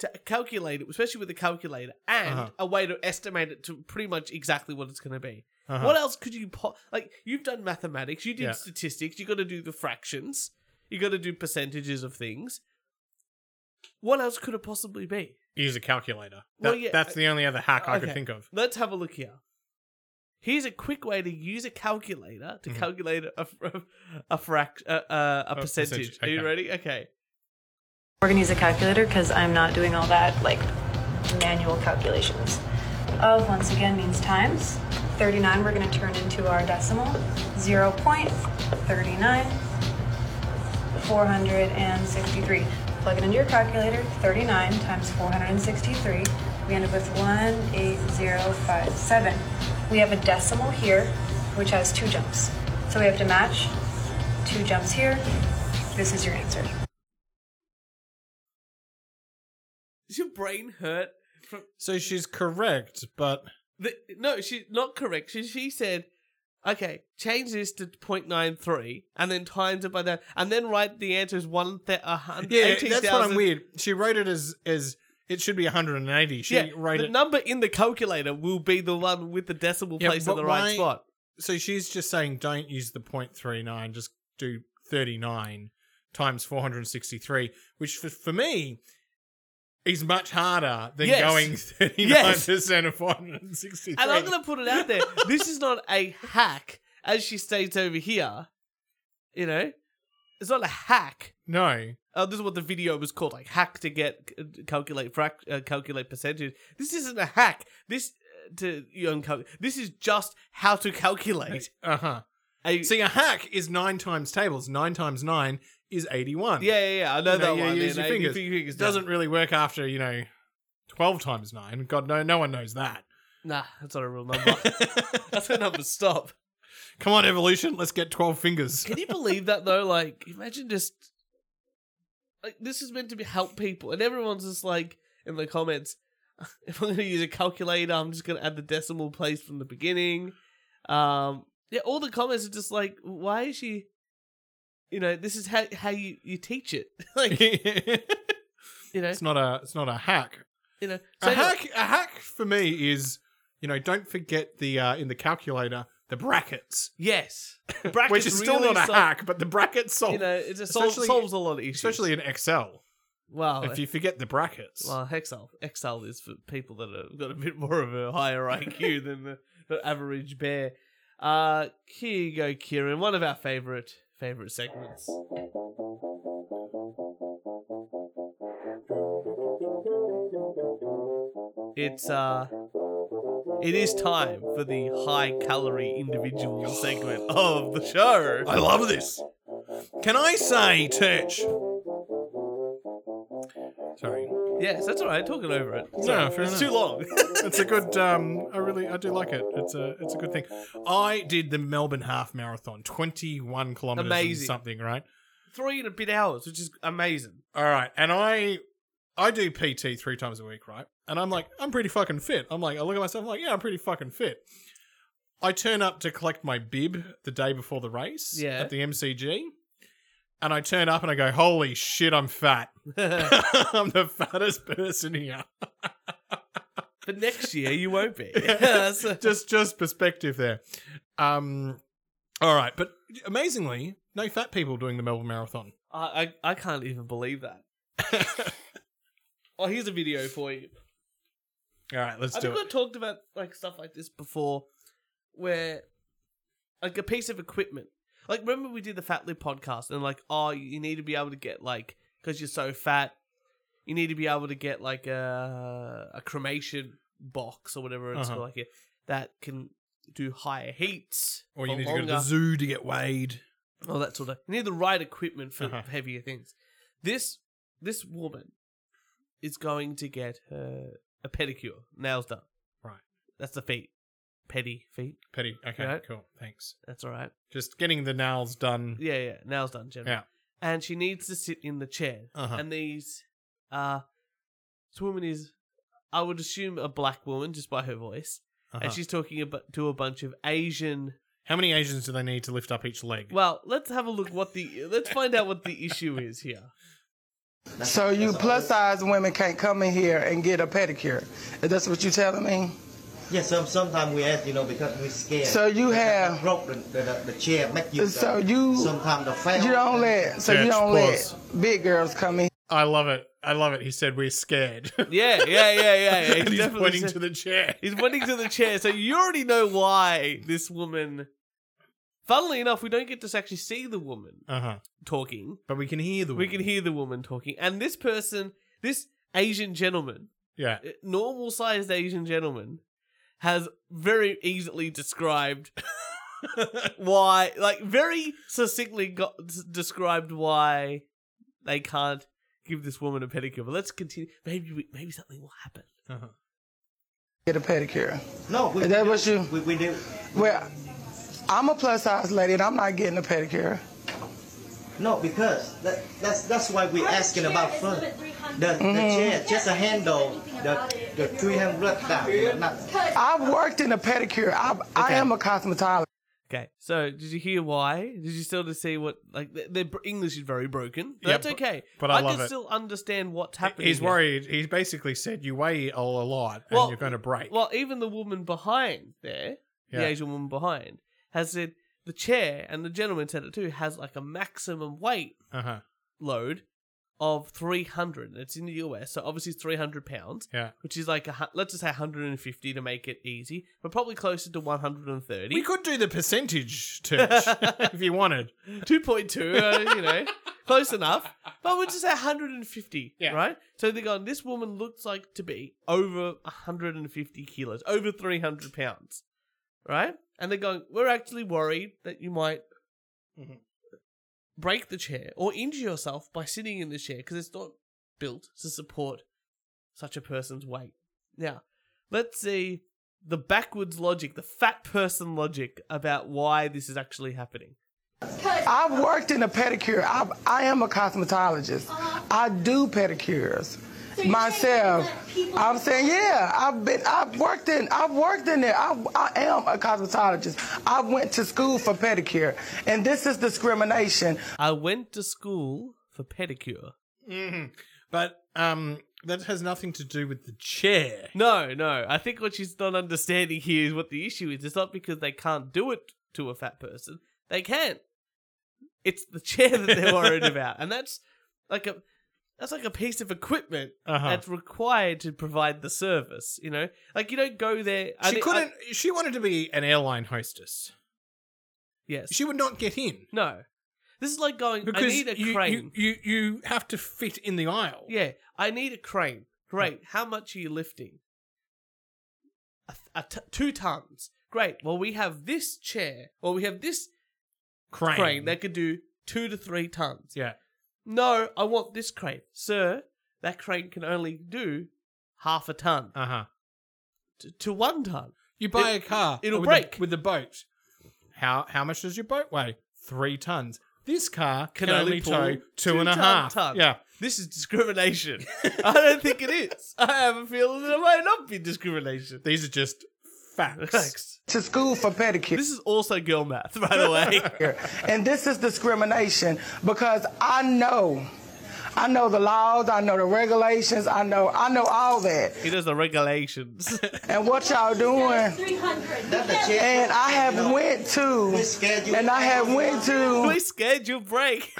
Speaker 3: to calculate it, especially with a calculator, and
Speaker 4: Uh-huh.
Speaker 3: a way to estimate it to pretty much exactly what it's going to be.
Speaker 4: Uh-huh.
Speaker 3: What else could you po- like? You've done mathematics, you did
Speaker 4: Yeah.
Speaker 3: statistics, you got to do the fractions, you got to do percentages of things. What else could it possibly be?
Speaker 4: Use a calculator.
Speaker 3: Well,
Speaker 4: That-
Speaker 3: yeah,
Speaker 4: that's
Speaker 3: I-
Speaker 4: the only other hack I could
Speaker 3: Okay.
Speaker 4: think of.
Speaker 3: Let's have a look here. Here's a quick way to use a calculator to
Speaker 4: Mhm.
Speaker 3: calculate a a, a, frac, uh, uh, a
Speaker 4: A
Speaker 3: percentage.
Speaker 4: percentage,
Speaker 3: Are you
Speaker 4: okay.
Speaker 3: ready? Okay.
Speaker 1: We're gonna use a calculator because I'm not doing all that like manual calculations. Of once again means times. 39 we're gonna turn into our decimal. 0.39. 463. Plug it into your calculator. 39 times 463. We end up with 18057. We have a decimal here, which has two jumps. So we have to match two jumps here. This is your answer.
Speaker 3: Is your brain hurt?
Speaker 4: So she's correct, but
Speaker 3: The, no, she's not correct. She, she said, okay, change this to 0.93 and then times it by that and then write the answer as 1,000.
Speaker 4: yeah, that's what I'm weird. She wrote it as as it should be 180. She
Speaker 3: Yeah,
Speaker 4: wrote
Speaker 3: the
Speaker 4: it
Speaker 3: number in the calculator will be the one with the decimal
Speaker 4: Yeah,
Speaker 3: place in
Speaker 4: but
Speaker 3: the right
Speaker 4: why-
Speaker 3: spot.
Speaker 4: so she's just saying don't use the 0.39 just do 39 times 463 which for, for me is much harder than
Speaker 3: Yes.
Speaker 4: going 39% of 463
Speaker 3: And I'm going to put it out there. this is not a hack, as she states over here. You know, It's not a hack.
Speaker 4: No.
Speaker 3: Uh, this is what the video was called, like hack to get calculate frac- uh, calculate percentage. This isn't a hack. This uh, to you know, cal- this is just how to calculate.
Speaker 4: Uh huh.
Speaker 3: A-
Speaker 4: See, a hack is nine times tables. Nine times nine is eighty-one.
Speaker 3: yeah, yeah, yeah, I know
Speaker 4: um, You
Speaker 3: that
Speaker 4: know, you
Speaker 3: one.
Speaker 4: use
Speaker 3: yeah,
Speaker 4: your
Speaker 3: no,
Speaker 4: fingers.
Speaker 3: fingers
Speaker 4: It doesn't really work after you know, twelve times nine. God, no, no one knows that.
Speaker 3: Nah, that's not a real number. that's a number. Stop.
Speaker 4: Come on, evolution. Let's get twelve fingers.
Speaker 3: Can you believe that though? Like, imagine just like this is meant to be help people, and everyone's just like in the comments. If I'm going to use a calculator, I'm just going to add the decimal place from the beginning. Um, yeah, all the comments are just like, why is she? You know, this is how how you you teach it. like,
Speaker 4: it's
Speaker 3: you know,
Speaker 4: not a. It's not a hack.
Speaker 3: you know,
Speaker 4: A
Speaker 3: anyway-
Speaker 4: hack. A hack for me is, you know, don't forget the uh, in the calculator the brackets,
Speaker 3: Yes, brackets
Speaker 4: which is still
Speaker 3: really
Speaker 4: not a
Speaker 3: sol-
Speaker 4: hack, but the brackets solve,
Speaker 3: You know, it just sol-
Speaker 4: Especially-
Speaker 3: solves a lot of issues.
Speaker 4: especially in Excel.
Speaker 3: wow,
Speaker 4: if you forget the brackets,
Speaker 3: Oh, Well, Excel. Excel is for people that have got a bit more of a higher IQ than the, the average bear. Uh, here you go, Kieran. One of our favorite favorite segments. It's uh, it is time for the high calorie individual segment of the show.
Speaker 4: I love this. Can I say, Turch? Sorry.
Speaker 3: Yes, that's all right. Talking over it.
Speaker 4: No, fair
Speaker 3: it's
Speaker 4: enough.
Speaker 3: too long.
Speaker 4: It's a good. Um, I really, I do like it. It's a, it's a good thing. I did the Melbourne Half Marathon, twenty-one kilometers, and
Speaker 3: Amazing.
Speaker 4: something, right?
Speaker 3: Three and a bit hours, which is amazing.
Speaker 4: All right, and I, I do PT three times a week, right? And I'm like, I'm pretty fucking fit. I'm like, I look at myself, I'm like, yeah, I'm pretty fucking fit. I turn up to collect my bib the day before the race
Speaker 3: Yeah.
Speaker 4: at the MCG, and I turn up and I go, holy shit, I'm fat. I'm the fattest person here.
Speaker 3: But next year you won't be. That's a-
Speaker 4: Just just perspective there. Um all right, but amazingly, no fat people doing the Melbourne Marathon.
Speaker 3: I, I I can't even believe that. Oh, here's a video for you.
Speaker 4: all right, let's
Speaker 3: I
Speaker 4: do
Speaker 3: think
Speaker 4: it.
Speaker 3: I've talked about like stuff like this before, where like a piece of equipment. Like remember we did the Fat Lip podcast and like oh you need to be able to get like because you're so fat, you need to be able to get like a a cremation box or whatever it's
Speaker 4: Uh-huh.
Speaker 3: called like a, that can do higher heats
Speaker 4: Or you
Speaker 3: for
Speaker 4: need to go to the
Speaker 3: longer.
Speaker 4: zoo to get weighed.
Speaker 3: all that sort of. You need the right equipment for
Speaker 4: Uh-huh.
Speaker 3: heavier things. This this woman is going to get her a pedicure, nails done.
Speaker 4: Right.
Speaker 3: That's the feet, petty feet.
Speaker 4: Petty. Okay,
Speaker 3: Right.
Speaker 4: cool. Thanks.
Speaker 3: That's all right.
Speaker 4: Just getting the nails done.
Speaker 3: Yeah, yeah, nails done, generally.
Speaker 4: Yeah.
Speaker 3: And she needs to sit in the chair.
Speaker 4: Uh-huh.
Speaker 3: And these, uh, this woman is, I would assume, a black woman just by her voice,
Speaker 4: Uh-huh.
Speaker 3: and she's talking about to a bunch of Asian.
Speaker 4: How many Asians do they need to lift up each leg?
Speaker 3: Well, let's have a look. What the let's find out what the issue is here.
Speaker 6: So you plus size women can't come in here and get a pedicure. That's what you telling me?
Speaker 7: Yeah, some, sometimes we ask, you know, because we're scared.
Speaker 6: So you
Speaker 7: Because
Speaker 6: have-
Speaker 7: I broke the, the, the, the chair, make you.
Speaker 6: So you
Speaker 7: Sometimes the fail.
Speaker 6: You don't let so
Speaker 4: Church,
Speaker 6: you don't
Speaker 4: pause.
Speaker 6: let big girls come in
Speaker 4: I love it. I love it. He said we're scared.
Speaker 3: Yeah, yeah, yeah, yeah. yeah.
Speaker 4: and he's
Speaker 3: definitely
Speaker 4: pointing
Speaker 3: said-
Speaker 4: to the chair.
Speaker 3: He's pointing to the chair, so you already know why this woman. Funnily enough, we don't get to actually see the woman
Speaker 4: Uh-huh.
Speaker 3: talking.
Speaker 4: But we can hear the
Speaker 3: We can hear the woman talking, and this person, this Asian gentleman, eh,
Speaker 4: Yeah.
Speaker 3: normal sized Asian gentleman, has very easily described why, like, very succinctly got, s- described why they can't give this woman a pedicure. But let's continue. Maybe we, maybe something will happen.
Speaker 4: Uh-huh.
Speaker 6: get a pedicure.
Speaker 7: No, we,
Speaker 6: Is that
Speaker 7: we
Speaker 6: what
Speaker 7: do-
Speaker 6: you-
Speaker 7: We, we do.
Speaker 6: Well, I'm a plus size lady and I'm not getting a pedicure.
Speaker 7: No, because that, that's that's why we're asking about fun. The,
Speaker 6: Mm-hmm.
Speaker 7: the chair, just a handle, the, the 300 down, you know, not
Speaker 6: I've worked in a pedicure. I I
Speaker 3: Okay.
Speaker 6: am a cosmetologist.
Speaker 3: Okay, so did you hear why? Did you still just see what like th- their br- English is very broken?
Speaker 4: Yeah,
Speaker 3: That's
Speaker 4: bu-
Speaker 3: okay,
Speaker 4: but I
Speaker 3: can
Speaker 4: love it.
Speaker 3: still understand what's happening.
Speaker 4: He's
Speaker 3: here.
Speaker 4: worried. He basically said you weigh a lot and
Speaker 3: Well-
Speaker 4: you're going to break.
Speaker 3: Well, even the woman behind there, the
Speaker 4: Yeah.
Speaker 3: Asian woman behind, has said the chair and the gentleman said it too has like a maximum weight
Speaker 4: uh-huh.
Speaker 3: load of 300 and it's in the US so obviously it's 300 pounds
Speaker 4: Yeah.
Speaker 3: which is like a, hu- let's just say 150 to make it easy but probably closer to 130
Speaker 4: We could do the percentage church if you wanted.
Speaker 3: 2.2, uh, you know, close enough. But we're just at 150,
Speaker 4: Yeah.
Speaker 3: right? So they're going, this woman looks like to be over 150 kilos, over 300 pounds, right? And they're going, we're actually worried that you might break the chair or injure yourself by sitting in the chair because it's not built to support such a person's weight. Now, let's see the backwards logic, the fat person logic about why this is actually happening.
Speaker 6: I've worked in a pedicure. I, I am a cosmetologist. I do pedicures
Speaker 8: you're saying
Speaker 6: myself.
Speaker 8: that people-
Speaker 6: I'm saying, yeah, I've been, I've worked in, I've worked in there. I, I am a cosmetologist. I went to school for pedicure, and this is discrimination.
Speaker 3: I went to school for pedicure.
Speaker 4: But um, that has nothing to do with the chair.
Speaker 3: No, no. I think what she's not understanding here is what the issue is. It's not because they can't do it to a fat person. They can. It's the chair that they're worried about, and that's like a that's like a piece of equipment
Speaker 4: Uh-huh.
Speaker 3: that's required to provide the service. You know, like you don't go there. I
Speaker 4: She
Speaker 3: thi- I-
Speaker 4: couldn't. she wanted to be an airline hostess.
Speaker 3: yes.
Speaker 4: She would not get in
Speaker 3: no. This is like going. I
Speaker 4: because
Speaker 3: need a
Speaker 4: you,
Speaker 3: crane.
Speaker 4: you you you have to fit in the aisle.
Speaker 3: Yeah, I need a crane. Great. How much are you lifting? A th- a t- two tons. Great. Well, we have this chair, or we have this
Speaker 4: crane.
Speaker 3: crane that could do two to three tons.
Speaker 4: yeah.
Speaker 3: No, I want this crane, sir. That crane can only do half a ton
Speaker 4: Uh huh.
Speaker 3: t- to one ton.
Speaker 4: You buy
Speaker 3: It-
Speaker 4: a car.
Speaker 3: it'll
Speaker 4: with
Speaker 3: break.
Speaker 4: the, with the boat. How how much does your boat weigh? Three tons. This car can, only
Speaker 3: pull
Speaker 4: tow two and a
Speaker 3: ton-
Speaker 4: half.
Speaker 3: tons.
Speaker 4: Yeah.
Speaker 3: This is discrimination. I don't think it is. I have a feeling that it might not be discrimination.
Speaker 4: These are just facts.
Speaker 3: Thanks.
Speaker 6: To school for pedicure.
Speaker 3: This is also girl math, by the way.
Speaker 6: here. And this is discrimination because I know. I know the laws, I know the regulations, I know I know all that.
Speaker 3: He does the regulations.
Speaker 6: And what y'all doing?
Speaker 8: 300.
Speaker 7: That's the chair.
Speaker 6: And I have went to and I have went
Speaker 3: we
Speaker 6: to
Speaker 3: scared you break.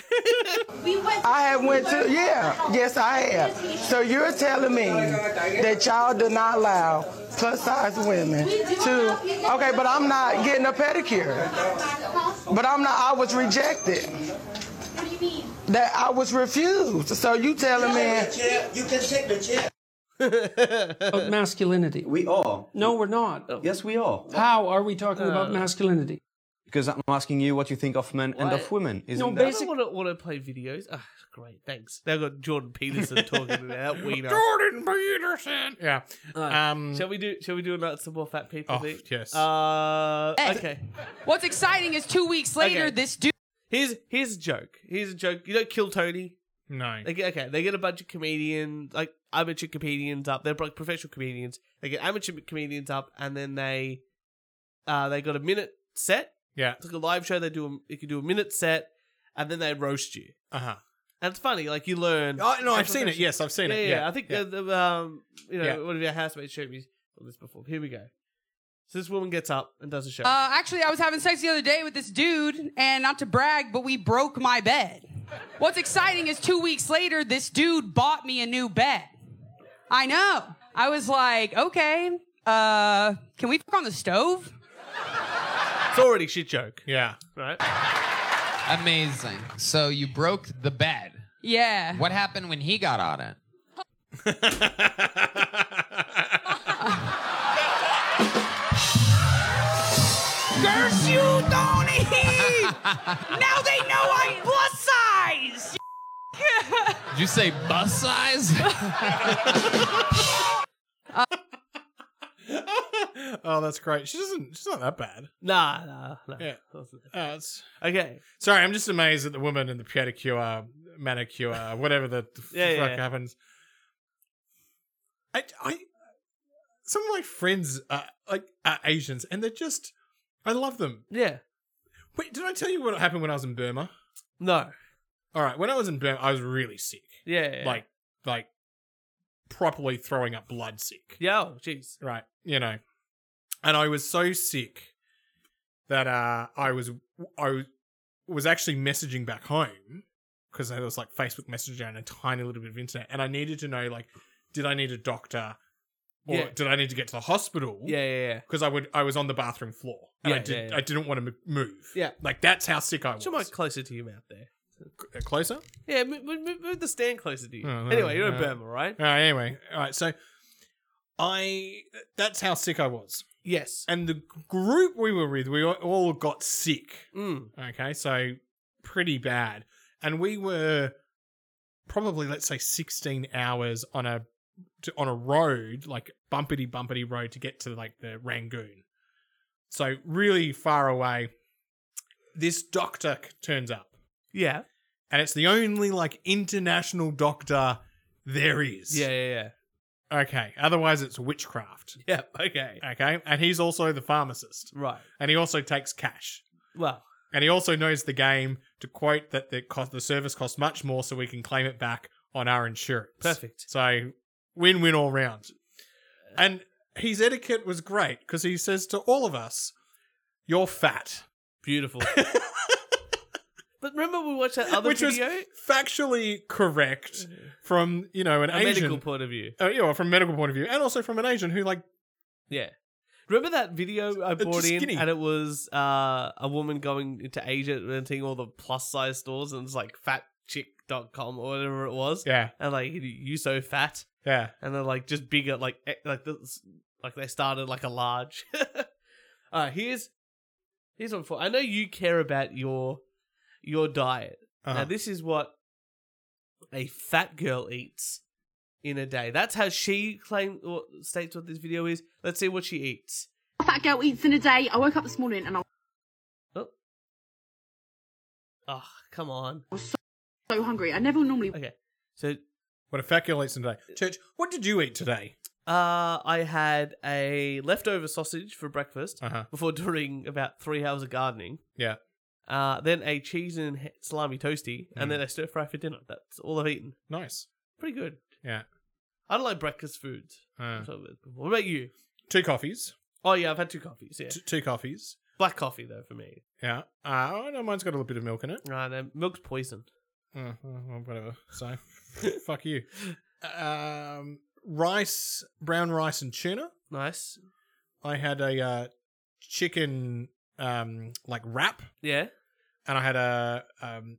Speaker 8: We went
Speaker 6: I have went to yeah, yes I have. So you're telling me that y'all do not allow plus size women to Okay, but I'm not getting a pedicure.
Speaker 8: What
Speaker 6: But I'm not I was rejected.
Speaker 8: do you mean?
Speaker 6: That I was refused. So you telling me
Speaker 7: The chair. You can take the chair.
Speaker 9: about masculinity.
Speaker 7: We are.
Speaker 9: No, we're not.
Speaker 7: Yes, we are.
Speaker 9: How are we talking about masculinity?
Speaker 10: Because I'm asking you what you think of men and
Speaker 3: Why-
Speaker 10: of women. Isn't
Speaker 9: No,
Speaker 10: that?
Speaker 3: I don't want to, want to play videos. Ah, great, thanks. Now I've got Jordan Peterson talking to me. That wiener.
Speaker 4: Oh, Jordan Peterson. Yeah. Um.
Speaker 3: Shall we do? Shall we do another some more fat people
Speaker 4: Oh,
Speaker 3: thing?
Speaker 4: yes.
Speaker 3: Uh, okay.
Speaker 11: What's exciting is two weeks later,
Speaker 3: Okay.
Speaker 11: this dude.
Speaker 3: Here's here's a joke. Here's a joke. You don't kill Tony.
Speaker 4: no.
Speaker 3: They get, okay, they get a bunch of comedians, like amateur comedians up. They're like professional comedians. They get amateur comedians up, and then they, uh, they got a minute set.
Speaker 4: Yeah.
Speaker 3: It's like a live show. They do. A, you can do a minute set, and then they roast you.
Speaker 4: Uh huh.
Speaker 3: And it's funny, like you learn.
Speaker 4: Oh no, I've
Speaker 3: That's
Speaker 4: seen it.
Speaker 3: professional.
Speaker 4: Yes, I've seen
Speaker 3: yeah,
Speaker 4: it.
Speaker 3: Yeah, I think
Speaker 4: Yeah.
Speaker 3: The, the, um, you know,
Speaker 4: Yeah.
Speaker 3: one of your housemates showed me all this before. Here we go. So this woman gets up and does a show.
Speaker 11: Uh, actually, I was having sex the other day with this dude, and not to brag, but we broke my bed. What's exciting is two weeks later, this dude bought me a new bed. I know. I was like, okay, uh, can we fuck on the stove?
Speaker 3: it's already a shit joke,
Speaker 4: yeah.
Speaker 3: right?
Speaker 12: Amazing. So you broke the bed.
Speaker 11: Yeah.
Speaker 12: What happened when he got on it?
Speaker 11: Curse you, Tony! now they know I'm plus size!
Speaker 12: Did you say bus size?
Speaker 4: Oh, that's great. She doesn't. She's not that bad.
Speaker 3: Nah, nah, nah.
Speaker 4: Yeah. Uh, it's-
Speaker 3: Okay.
Speaker 4: sorry, I'm just amazed at the woman in the pedicure, manicure, whatever the f-
Speaker 3: Yeah, yeah,
Speaker 4: fuck
Speaker 3: yeah.
Speaker 4: happens. I, I, some of my friends are like are Asians, and they're just. I love them.
Speaker 3: Yeah.
Speaker 4: Wait, did I tell you what happened when I was in Burma?
Speaker 3: No.
Speaker 4: All right, when I was in Burma, I was really sick.
Speaker 3: Yeah. yeah.
Speaker 4: Like, like, properly throwing up blood sick.
Speaker 3: Yo, oh, jeez.
Speaker 4: right you know and i was so sick that uh i was i was actually messaging back home because there was like Facebook Messenger and a tiny little bit of internet, and I needed to know like, did I need a doctor, or
Speaker 3: Yeah.
Speaker 4: did I need to get to the hospital?
Speaker 3: Yeah, yeah, yeah.
Speaker 4: Because I would, I was on the bathroom floor, and I
Speaker 3: Yeah,
Speaker 4: did,
Speaker 3: yeah, yeah.
Speaker 4: I didn't want to move.
Speaker 3: Yeah.
Speaker 4: like that's how sick I was.
Speaker 3: Somewhat closer to your mouth there.
Speaker 4: C- Closer.
Speaker 3: Yeah, move, move, move the stand closer to you.
Speaker 4: Oh, no,
Speaker 3: anyway, you're in
Speaker 4: no.
Speaker 3: Burma, right?
Speaker 4: All right. Uh, Anyway, all right. So I that's how sick I was.
Speaker 3: Yes.
Speaker 4: And the group we were with, we all got sick.
Speaker 3: Mm.
Speaker 4: Okay, so pretty bad. And we were probably let's say 16 hours on a to, on a road like bumpity bumpity road to get to like the Rangoon. So really far away. This doctor c- turns up.
Speaker 3: Yeah.
Speaker 4: And it's the only like international doctor there is.
Speaker 3: Yeah, yeah,
Speaker 4: Okay. Otherwise, it's witchcraft.
Speaker 3: yeah. Yep. Okay.
Speaker 4: Okay. And he's also the pharmacist.
Speaker 3: Right.
Speaker 4: And he also takes cash.
Speaker 3: Well,
Speaker 4: And he also knows the game to quote that the cost, the service costs much more, so we can claim it back on our insurance.
Speaker 3: Perfect.
Speaker 4: So win win all round. And his etiquette was great because he says to all of us, "You're fat,"
Speaker 3: beautiful. but remember, we watched that other
Speaker 4: which
Speaker 3: video. Mm-hmm.
Speaker 4: was factually correct from you know an
Speaker 3: a
Speaker 4: Asian
Speaker 3: medical point of view.
Speaker 4: Oh, yeah, well, from a medical point of view, and also from an Asian who like
Speaker 3: Yeah. Remember that video I brought in,
Speaker 4: skinny.
Speaker 3: and it was uh, a woman going into Asia and seeing all the plus size stores, and it's like fatchick.com or whatever it was.
Speaker 4: Yeah.
Speaker 3: and like you so fat,
Speaker 4: yeah.
Speaker 3: and they're like just bigger, like eh, like this, like they started like a large. uh, here's here's one for I know you care about your your diet.
Speaker 4: Uh-huh.
Speaker 3: Now this is what a fat girl eats in a day. That's how she claims or states what this video is. Let's see what she eats.
Speaker 13: A fat girl eats in a day. I woke up this morning and I
Speaker 3: Oh, come on.
Speaker 13: was so, so hungry. I never normally.
Speaker 3: Okay. So,
Speaker 4: what a fat girl eats today. Church, what did you eat today?
Speaker 3: Uh, I had a leftover sausage for breakfast
Speaker 4: Uh-huh.
Speaker 3: before doing about three hours of gardening.
Speaker 4: Yeah.
Speaker 3: Uh, then a cheese and he- salami toasty,
Speaker 4: Mm.
Speaker 3: and then a stir fry for dinner. That's all I've eaten.
Speaker 4: Nice.
Speaker 3: Pretty good.
Speaker 4: Yeah.
Speaker 3: I don't like breakfast foods.
Speaker 4: Uh.
Speaker 3: So, What about you?
Speaker 4: Two coffees.
Speaker 3: Oh yeah, I've had two coffees. Yeah,
Speaker 4: T- two coffees.
Speaker 3: black coffee though for me.
Speaker 4: Yeah. Uh, oh, no, mine's got a little bit of milk in it.
Speaker 3: Right, uh, milk's poison.
Speaker 4: Uh, well, whatever. So, fuck you. Um, rice, brown rice and tuna.
Speaker 3: Nice.
Speaker 4: I had a uh, chicken um, like wrap,
Speaker 3: Yeah,
Speaker 4: and I had a, um,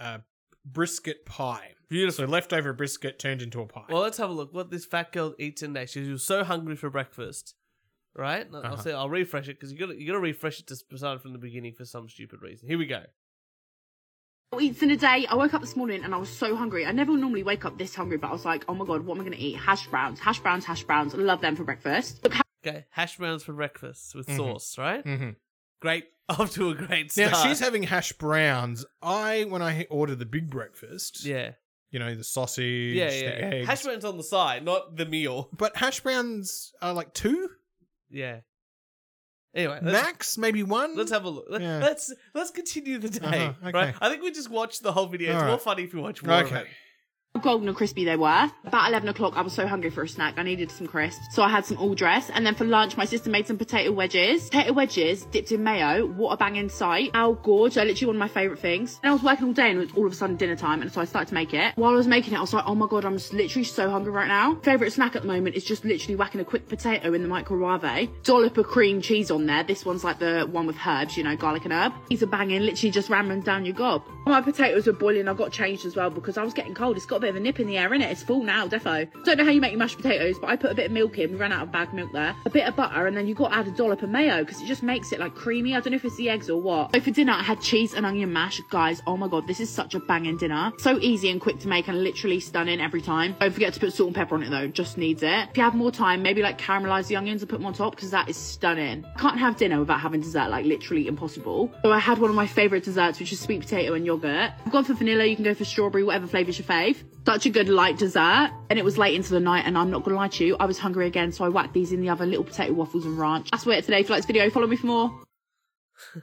Speaker 4: a brisket pie.
Speaker 3: beautiful.
Speaker 4: So leftover brisket turned into a pie.
Speaker 3: Well, let's have a look what this fat girl eats in a day. She was so hungry for breakfast, right? I'll
Speaker 4: Uh-huh.
Speaker 3: say I'll refresh it because you got to you got to refresh it to start from the beginning for some stupid reason. Here we go.
Speaker 13: Eats in a day. I woke up this morning and I was so hungry. I never normally wake up this hungry, but I was like, oh my god, what am I gonna eat? Hash browns, hash browns, hash browns. Love them for breakfast. Look how
Speaker 3: Okay, hash browns for breakfast with
Speaker 4: Mhm.
Speaker 3: sauce, right?
Speaker 4: Mm-hmm.
Speaker 3: Great, off to a great
Speaker 4: Now
Speaker 3: start.
Speaker 4: she's having hash browns. I when I ordered the big breakfast,
Speaker 3: yeah,
Speaker 4: you know the sausage,
Speaker 3: yeah,
Speaker 4: the
Speaker 3: yeah.
Speaker 4: eggs.
Speaker 3: Hash browns on the side, not the meal.
Speaker 4: but hash browns are like two
Speaker 3: Yeah. Anyway, let's,
Speaker 4: max, maybe one.
Speaker 3: let's have a look. Let-
Speaker 4: Yeah.
Speaker 3: Let's let's continue the day,
Speaker 4: Uh-huh,
Speaker 3: right?
Speaker 4: okay.
Speaker 3: I think we just watched the whole video. It's
Speaker 4: All
Speaker 3: more
Speaker 4: right.
Speaker 3: funny if you watch more. Of
Speaker 4: Okay.
Speaker 3: it.
Speaker 13: golden and crispy they were. About 11 o'clock, I was so hungry for a snack. I needed some crisps. So I had some all dress. And then for lunch, my sister made some potato wedges. Potato wedges dipped in mayo. What a banging sight. How gorge. They're literally one of my favourite things. And I was working all day and it was all of a sudden dinner time. And so I started to make it. While I was making it, I was like, oh my God, I'm just literally so hungry right now. Favourite snack at the moment is just literally whacking a quick potato in the microwave. Dollop of cream cheese on there. This one's like the one with herbs, you know, garlic and herb. These are banging, literally just ramming down your gob. My potatoes were boiling. I got changed as well because I was getting cold. It's got a bit of a nip in the air, innit? It's full now, defo. Don't know how you make your mashed potatoes, but I put a bit of milk in. We ran out of bag milk there. A bit of butter, and then you got to add a dollop of mayo because it just makes it like creamy. I don't know if it's the eggs or what. So for dinner, I had cheese and onion mash. Guys, oh my god, this is such a banging dinner. So easy and quick to make and literally stunning every time. Don't forget to put salt and pepper on it though. Just needs it. If you have more time, maybe like caramelize the onions and put them on top because that is stunning. Can't have dinner without having dessert. Like literally impossible. So I had one of my favorite desserts, which is sweet potato and yogurt. I've gone for vanilla. You can go for strawberry, whatever flavor's your fave. Such a good light dessert. And it was late into the night, and I'm not gonna lie to you, I was hungry again, so I whacked these in the oven, little potato waffles and ranch. That's where it today. If you like this video, follow me for more.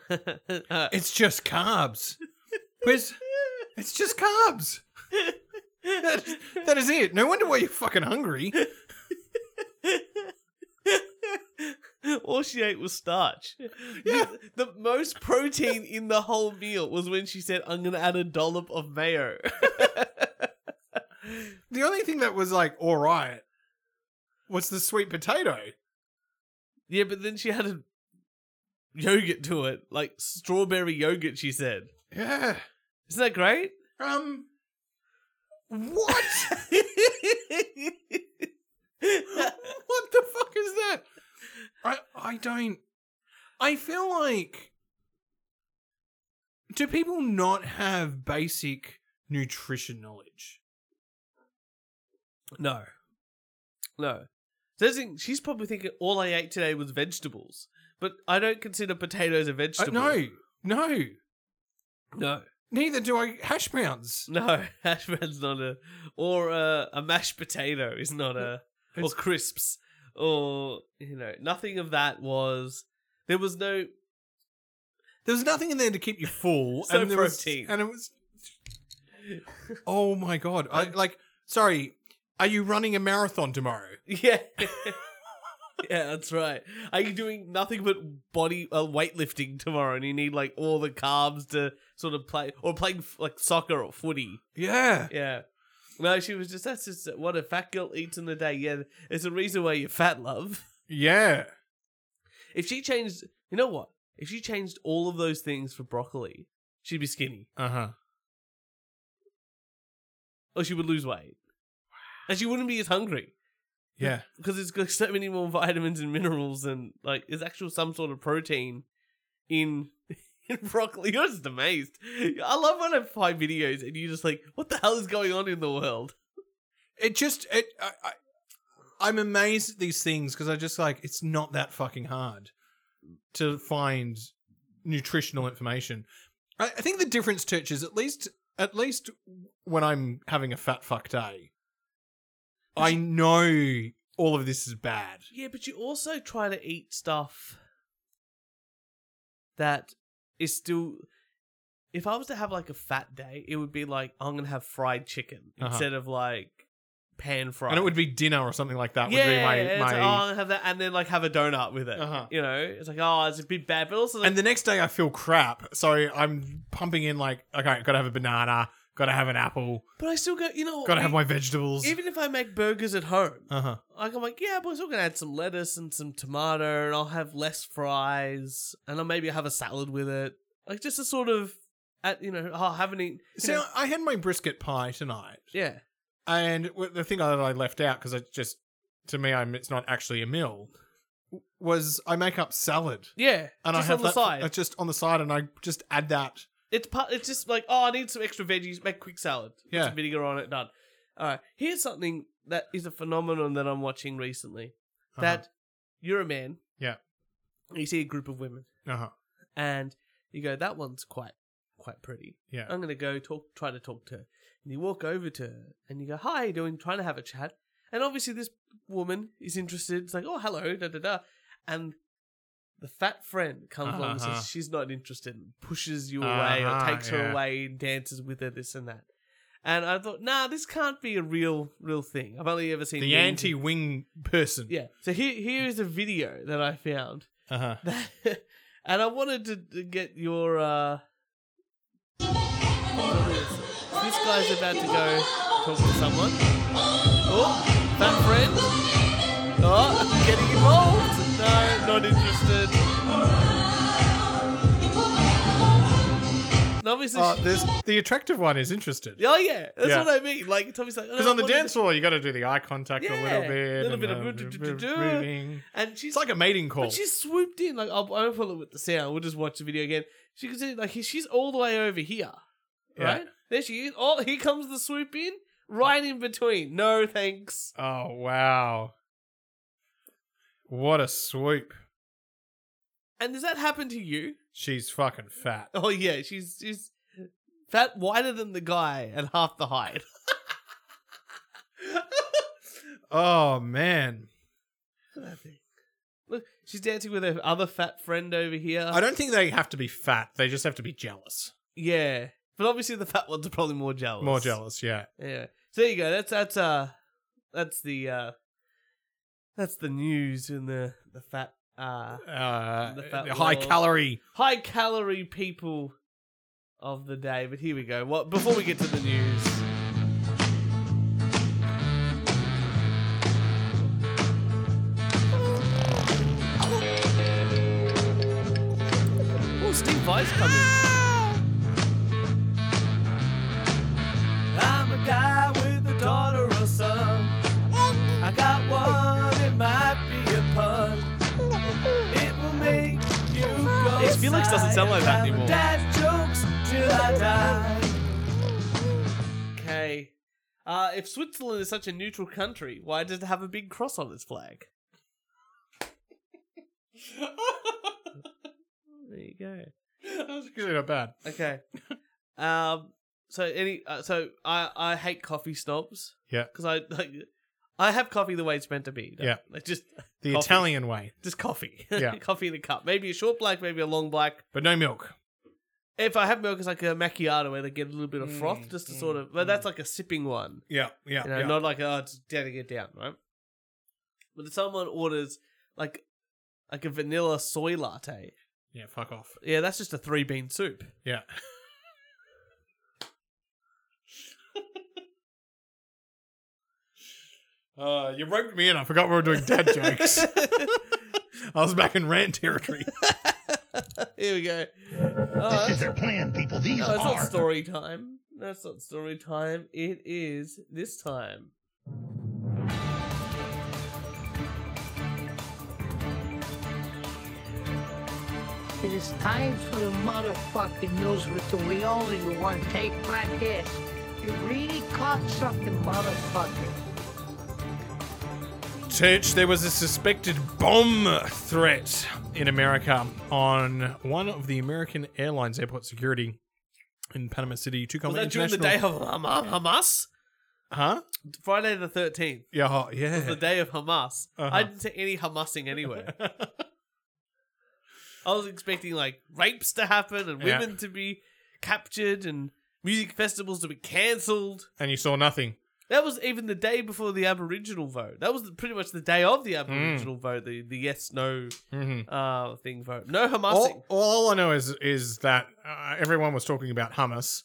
Speaker 3: Uh,
Speaker 4: It's just carbs. Where's, it's just carbs. That, that is it. No wonder why you're fucking hungry.
Speaker 3: All she ate was starch. Yeah. The, most protein in the whole meal was when she said, I'm going to add a dollop of mayo.
Speaker 4: The only thing that was like all right was the sweet potato.
Speaker 3: yeah, but then she added yogurt to it, like strawberry yogurt, she said.
Speaker 4: Yeah.
Speaker 3: Isn't that great?
Speaker 4: Um. What? what the fuck is that? I I don't. I feel like. Do people not have basic nutrition knowledge?
Speaker 3: No. No. So that's the thing, she's probably thinking all I ate today was vegetables. But I don't consider potatoes a
Speaker 4: Uh,
Speaker 3: vegetable.
Speaker 4: no, no,
Speaker 3: No.
Speaker 4: neither do I. Hash browns.
Speaker 3: No, hash brown's not a or a, a mashed potato is not a or crisps or you know nothing of that was there was no
Speaker 4: There was nothing in there to keep you full.
Speaker 3: So
Speaker 4: and there was-
Speaker 3: protein.
Speaker 4: and it was. Oh my god! I, like, sorry. Are you running a marathon tomorrow?
Speaker 3: yeah yeah that's right are you doing nothing but body uh, weightlifting tomorrow and you need like all the carbs to sort of play or playing f- like soccer or footy
Speaker 4: Yeah.
Speaker 3: yeah no she was just that's just what a fat girl eats in a day yeah it's a reason why you're fat love
Speaker 4: Yeah.
Speaker 3: If she changed, you know what? If she changed all of those things for broccoli, she'd be skinny,
Speaker 4: Uh huh.
Speaker 3: or she would lose weight, and she wouldn't be as hungry
Speaker 4: Yeah.
Speaker 3: because it's got so many more vitamins and minerals and like there's actual some sort of protein in in broccoli. You're just amazed. I love when I find videos and you're just like, what the hell is going on in the world?
Speaker 4: It just it. I, I, I'm amazed at these things because I just like it's not that fucking hard to find nutritional information. I, I think the difference, Church, is at least at least when I'm having a fat fuck day, I know all of this is bad.
Speaker 3: Yeah, but you also try to eat stuff that is still. If I was to have like a fat day, it would be like I'm gonna have fried chicken
Speaker 4: Uh-huh.
Speaker 3: instead of like pan fried.
Speaker 4: And it would be dinner or something like that.
Speaker 3: yeah,
Speaker 4: would be
Speaker 3: it's
Speaker 4: my,
Speaker 3: like,
Speaker 4: my
Speaker 3: oh, I'm gonna have that, and then like have a donut with it.
Speaker 4: Uh-huh.
Speaker 3: You know, it's like oh, it's a bit bad, but also like,
Speaker 4: and the next day I feel crap, so I'm pumping in like, okay, gotta have a banana, gotta have an apple,
Speaker 3: but I still got you know
Speaker 4: gotta
Speaker 3: e-
Speaker 4: have my vegetables.
Speaker 3: Even if I make burgers at home,
Speaker 4: Uh huh.
Speaker 3: like I'm like yeah, but I'm still gonna add some lettuce and some tomato, and I'll have less fries, and I'll maybe have a salad with it, like just a sort of. At, you know, oh, I haven't eaten. you
Speaker 4: So
Speaker 3: know,
Speaker 4: I had my brisket pie tonight,
Speaker 3: Yeah.
Speaker 4: and w- the thing that I left out because it just to me, I'm it's not actually a meal. w- Was I make up salad
Speaker 3: Yeah.
Speaker 4: and
Speaker 3: just
Speaker 4: I have
Speaker 3: on the
Speaker 4: that-
Speaker 3: side.
Speaker 4: uh, just on the side, and I just add that.
Speaker 3: it's part, it's just like, oh, I need some extra veggies, make quick salad. Put
Speaker 4: Yeah.
Speaker 3: Some vinegar on it, done. All right. Here's something that is a phenomenon that I'm watching recently.
Speaker 4: uh-huh,
Speaker 3: That you're a man,
Speaker 4: Yeah.
Speaker 3: and you see a group of women,
Speaker 4: Uh huh.
Speaker 3: and you go, that one's quite quite pretty.
Speaker 4: Yeah.
Speaker 3: I'm gonna go talk try to talk to her. And you walk over to her and you go, Hi, how you doing? Trying to have a chat. And obviously this woman is interested. It's like, oh hello, da da da. And the fat friend comes along and
Speaker 4: Uh-huh.
Speaker 3: says she's not interested and pushes you away
Speaker 4: Uh-huh,
Speaker 3: or takes her
Speaker 4: yeah.
Speaker 3: away and dances with her, this and that. And I thought, nah, this can't be a real real thing. I've only ever seen
Speaker 4: The
Speaker 3: memes of-
Speaker 4: anti wing person.
Speaker 3: Yeah. So here here is a video that I found.
Speaker 4: Uh huh.
Speaker 3: and I wanted to, to get your uh this guy's about to go talk to someone. Oh, that friend. Oh, getting involved. No, not interested. And obviously,
Speaker 4: Uh,
Speaker 3: she-
Speaker 4: there's the attractive one is interested
Speaker 3: oh yeah, that's
Speaker 4: Yeah.
Speaker 3: what I mean. Like Tommy's like, "Oh,
Speaker 4: because on the dance floor you got to do the eye contact a little
Speaker 3: Yeah,
Speaker 4: bit,
Speaker 3: little
Speaker 4: and
Speaker 3: bit of
Speaker 4: the
Speaker 3: roo- doo- doo-
Speaker 4: bit of
Speaker 3: doo.
Speaker 4: rooting.
Speaker 3: and she's
Speaker 4: It's like a mating call.
Speaker 3: But she swooped in. Like I'll, I'll follow with the sound. We'll just watch the video again. She can see like he- she's all the way over here, right?
Speaker 4: Yeah.
Speaker 3: There she is. Oh, here comes the swoop in, right in between. No thanks.
Speaker 4: Oh wow! What a swoop.
Speaker 3: And does that happen to you?
Speaker 4: She's fucking fat.
Speaker 3: Oh yeah, she's she's fat, wider than the guy, and half the height.
Speaker 4: Oh man.
Speaker 3: Look at that thing. Look, she's dancing with her other fat friend over here.
Speaker 4: I don't think they have to be fat. They just have to be jealous.
Speaker 3: Yeah, but obviously the fat ones are probably more jealous.
Speaker 4: More jealous, yeah.
Speaker 3: Yeah. So there you go. That's that's uh that's the uh that's the news in the the fat uh,
Speaker 4: Uh,
Speaker 3: the fat
Speaker 4: the high
Speaker 3: world-
Speaker 4: calorie.
Speaker 3: high calorie people of the day. But here we go. What before we get to the news. Oh, Steve Vai's coming. Ah! I'm a guy with a daughter or son. I got one, it might be a pun. It will make you go.
Speaker 2: Yes, Felix doesn't sound like that
Speaker 3: silent.
Speaker 2: anymore.
Speaker 3: Dad jokes till I die. Okay. Uh, if Switzerland is such a neutral country, why does it have a big cross on its flag? there you go.
Speaker 4: That's actually not bad.
Speaker 3: Okay. um. So any. Uh, so I I hate coffee snobs.
Speaker 4: Yeah.
Speaker 3: Because I like. I have coffee the way it's meant to be.
Speaker 4: Yeah.
Speaker 3: Like just
Speaker 4: The
Speaker 3: coffee.
Speaker 4: Italian way.
Speaker 3: Just coffee.
Speaker 4: Yeah.
Speaker 3: coffee in a cup. Maybe a short black, maybe a long black.
Speaker 4: But no milk.
Speaker 3: If I have milk, it's like a macchiato where they get a little bit of froth just to sort of. But that's like a sipping one.
Speaker 4: Yeah, Mm, yeah,
Speaker 3: You know,
Speaker 4: yeah.
Speaker 3: Not like oh, it's getting it down, right? But if someone orders like like a vanilla soy latte,
Speaker 4: Yeah, fuck off.
Speaker 3: yeah, that's just a three bean soup.
Speaker 4: Yeah. Uh, you roped me in. I forgot we were doing dad jokes. I was back in rant territory.
Speaker 3: Here we go. Oh,
Speaker 4: This is their plan, people. These
Speaker 3: no, it's not
Speaker 4: are-
Speaker 3: story time. That's not story time. It is this time.
Speaker 14: It is time for the motherfucking news with the We Only One Take Podcast. You really caught something, motherfucker.
Speaker 4: Church, there was a suspected bomb threat in America on one of the American Airlines airport security in Panama City. Two
Speaker 3: Was
Speaker 4: comma
Speaker 3: that during the day of
Speaker 4: international-
Speaker 3: Hama- Hamas?
Speaker 4: Huh?
Speaker 3: Friday the 13th.
Speaker 4: Yeah, ho- yeah.
Speaker 3: was the day of Hamas.
Speaker 4: Uh-huh.
Speaker 3: I didn't see any Hamasing anywhere. I was expecting like rapes to happen and
Speaker 4: Yeah.
Speaker 3: women to be captured and music festivals to be cancelled.
Speaker 4: And you saw nothing.
Speaker 3: That was even the day before the Aboriginal vote. That was the- pretty much the day of the Aboriginal vote, the, the yes no
Speaker 4: Mhm.
Speaker 3: uh, thing vote. No Hamasing.
Speaker 4: All, all I know is is that uh, everyone was talking about hummus,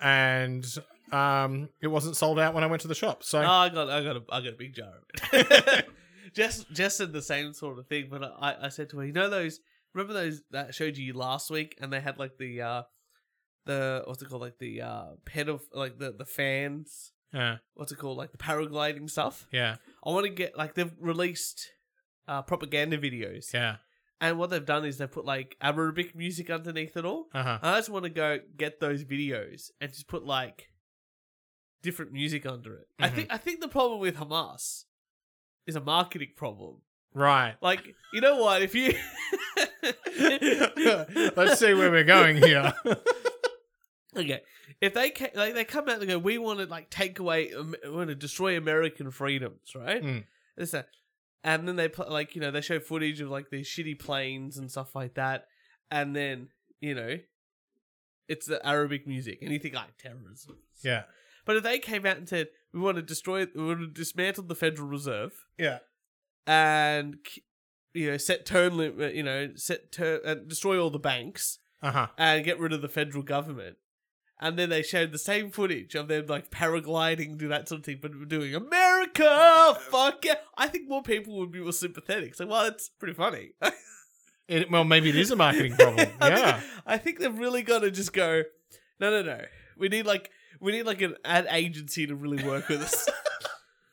Speaker 4: and um, it wasn't sold out when I went to the shop. So
Speaker 3: Oh, I got, I got, a, I got a big jar of it. Jess, Jess said the same sort of thing, but I, I said to her, you know those, remember those that I showed you last week, and they had like the, uh the what's it called, like the uh head of like the the fans,
Speaker 4: Yeah.
Speaker 3: what's it called, like the paragliding stuff.
Speaker 4: Yeah.
Speaker 3: I want to get like they've released uh propaganda videos.
Speaker 4: Yeah.
Speaker 3: And what they've done is they've put like Arabic music underneath it all.
Speaker 4: Uh-huh.
Speaker 3: And I just want to go get those videos and just put like different music under it.
Speaker 4: Mm-hmm.
Speaker 3: I think I think the problem with Hamas is a marketing problem.
Speaker 4: right,
Speaker 3: Like, you know what? If you
Speaker 4: let's see where we're going here.
Speaker 3: Okay, if they ca- like they come out and go, we want to like take away, um, we want to destroy American freedoms, right?
Speaker 4: Mm.
Speaker 3: This that, and then they pl- like you know they show footage of like these shitty planes and stuff like that, and then you know, it's the Arabic music, and you think like terrorism.
Speaker 4: yeah,
Speaker 3: But if they came out and said we want to destroy, we want to dismantle the Federal Reserve,
Speaker 4: yeah,
Speaker 3: and you know set turn limit, you know set turn uh, destroy all the banks,
Speaker 4: uh huh.
Speaker 3: and get rid of the federal government. And then they showed the same footage of them like paragliding, do that sort of thing, but doing America, fuck yeah. I think more people would be more sympathetic. So, well, that's pretty funny.
Speaker 4: It, well, maybe it is a marketing problem.
Speaker 3: I think-
Speaker 4: yeah,
Speaker 3: I think they've really got to just go. No, no, no. We need like we need like an ad agency to really work with us.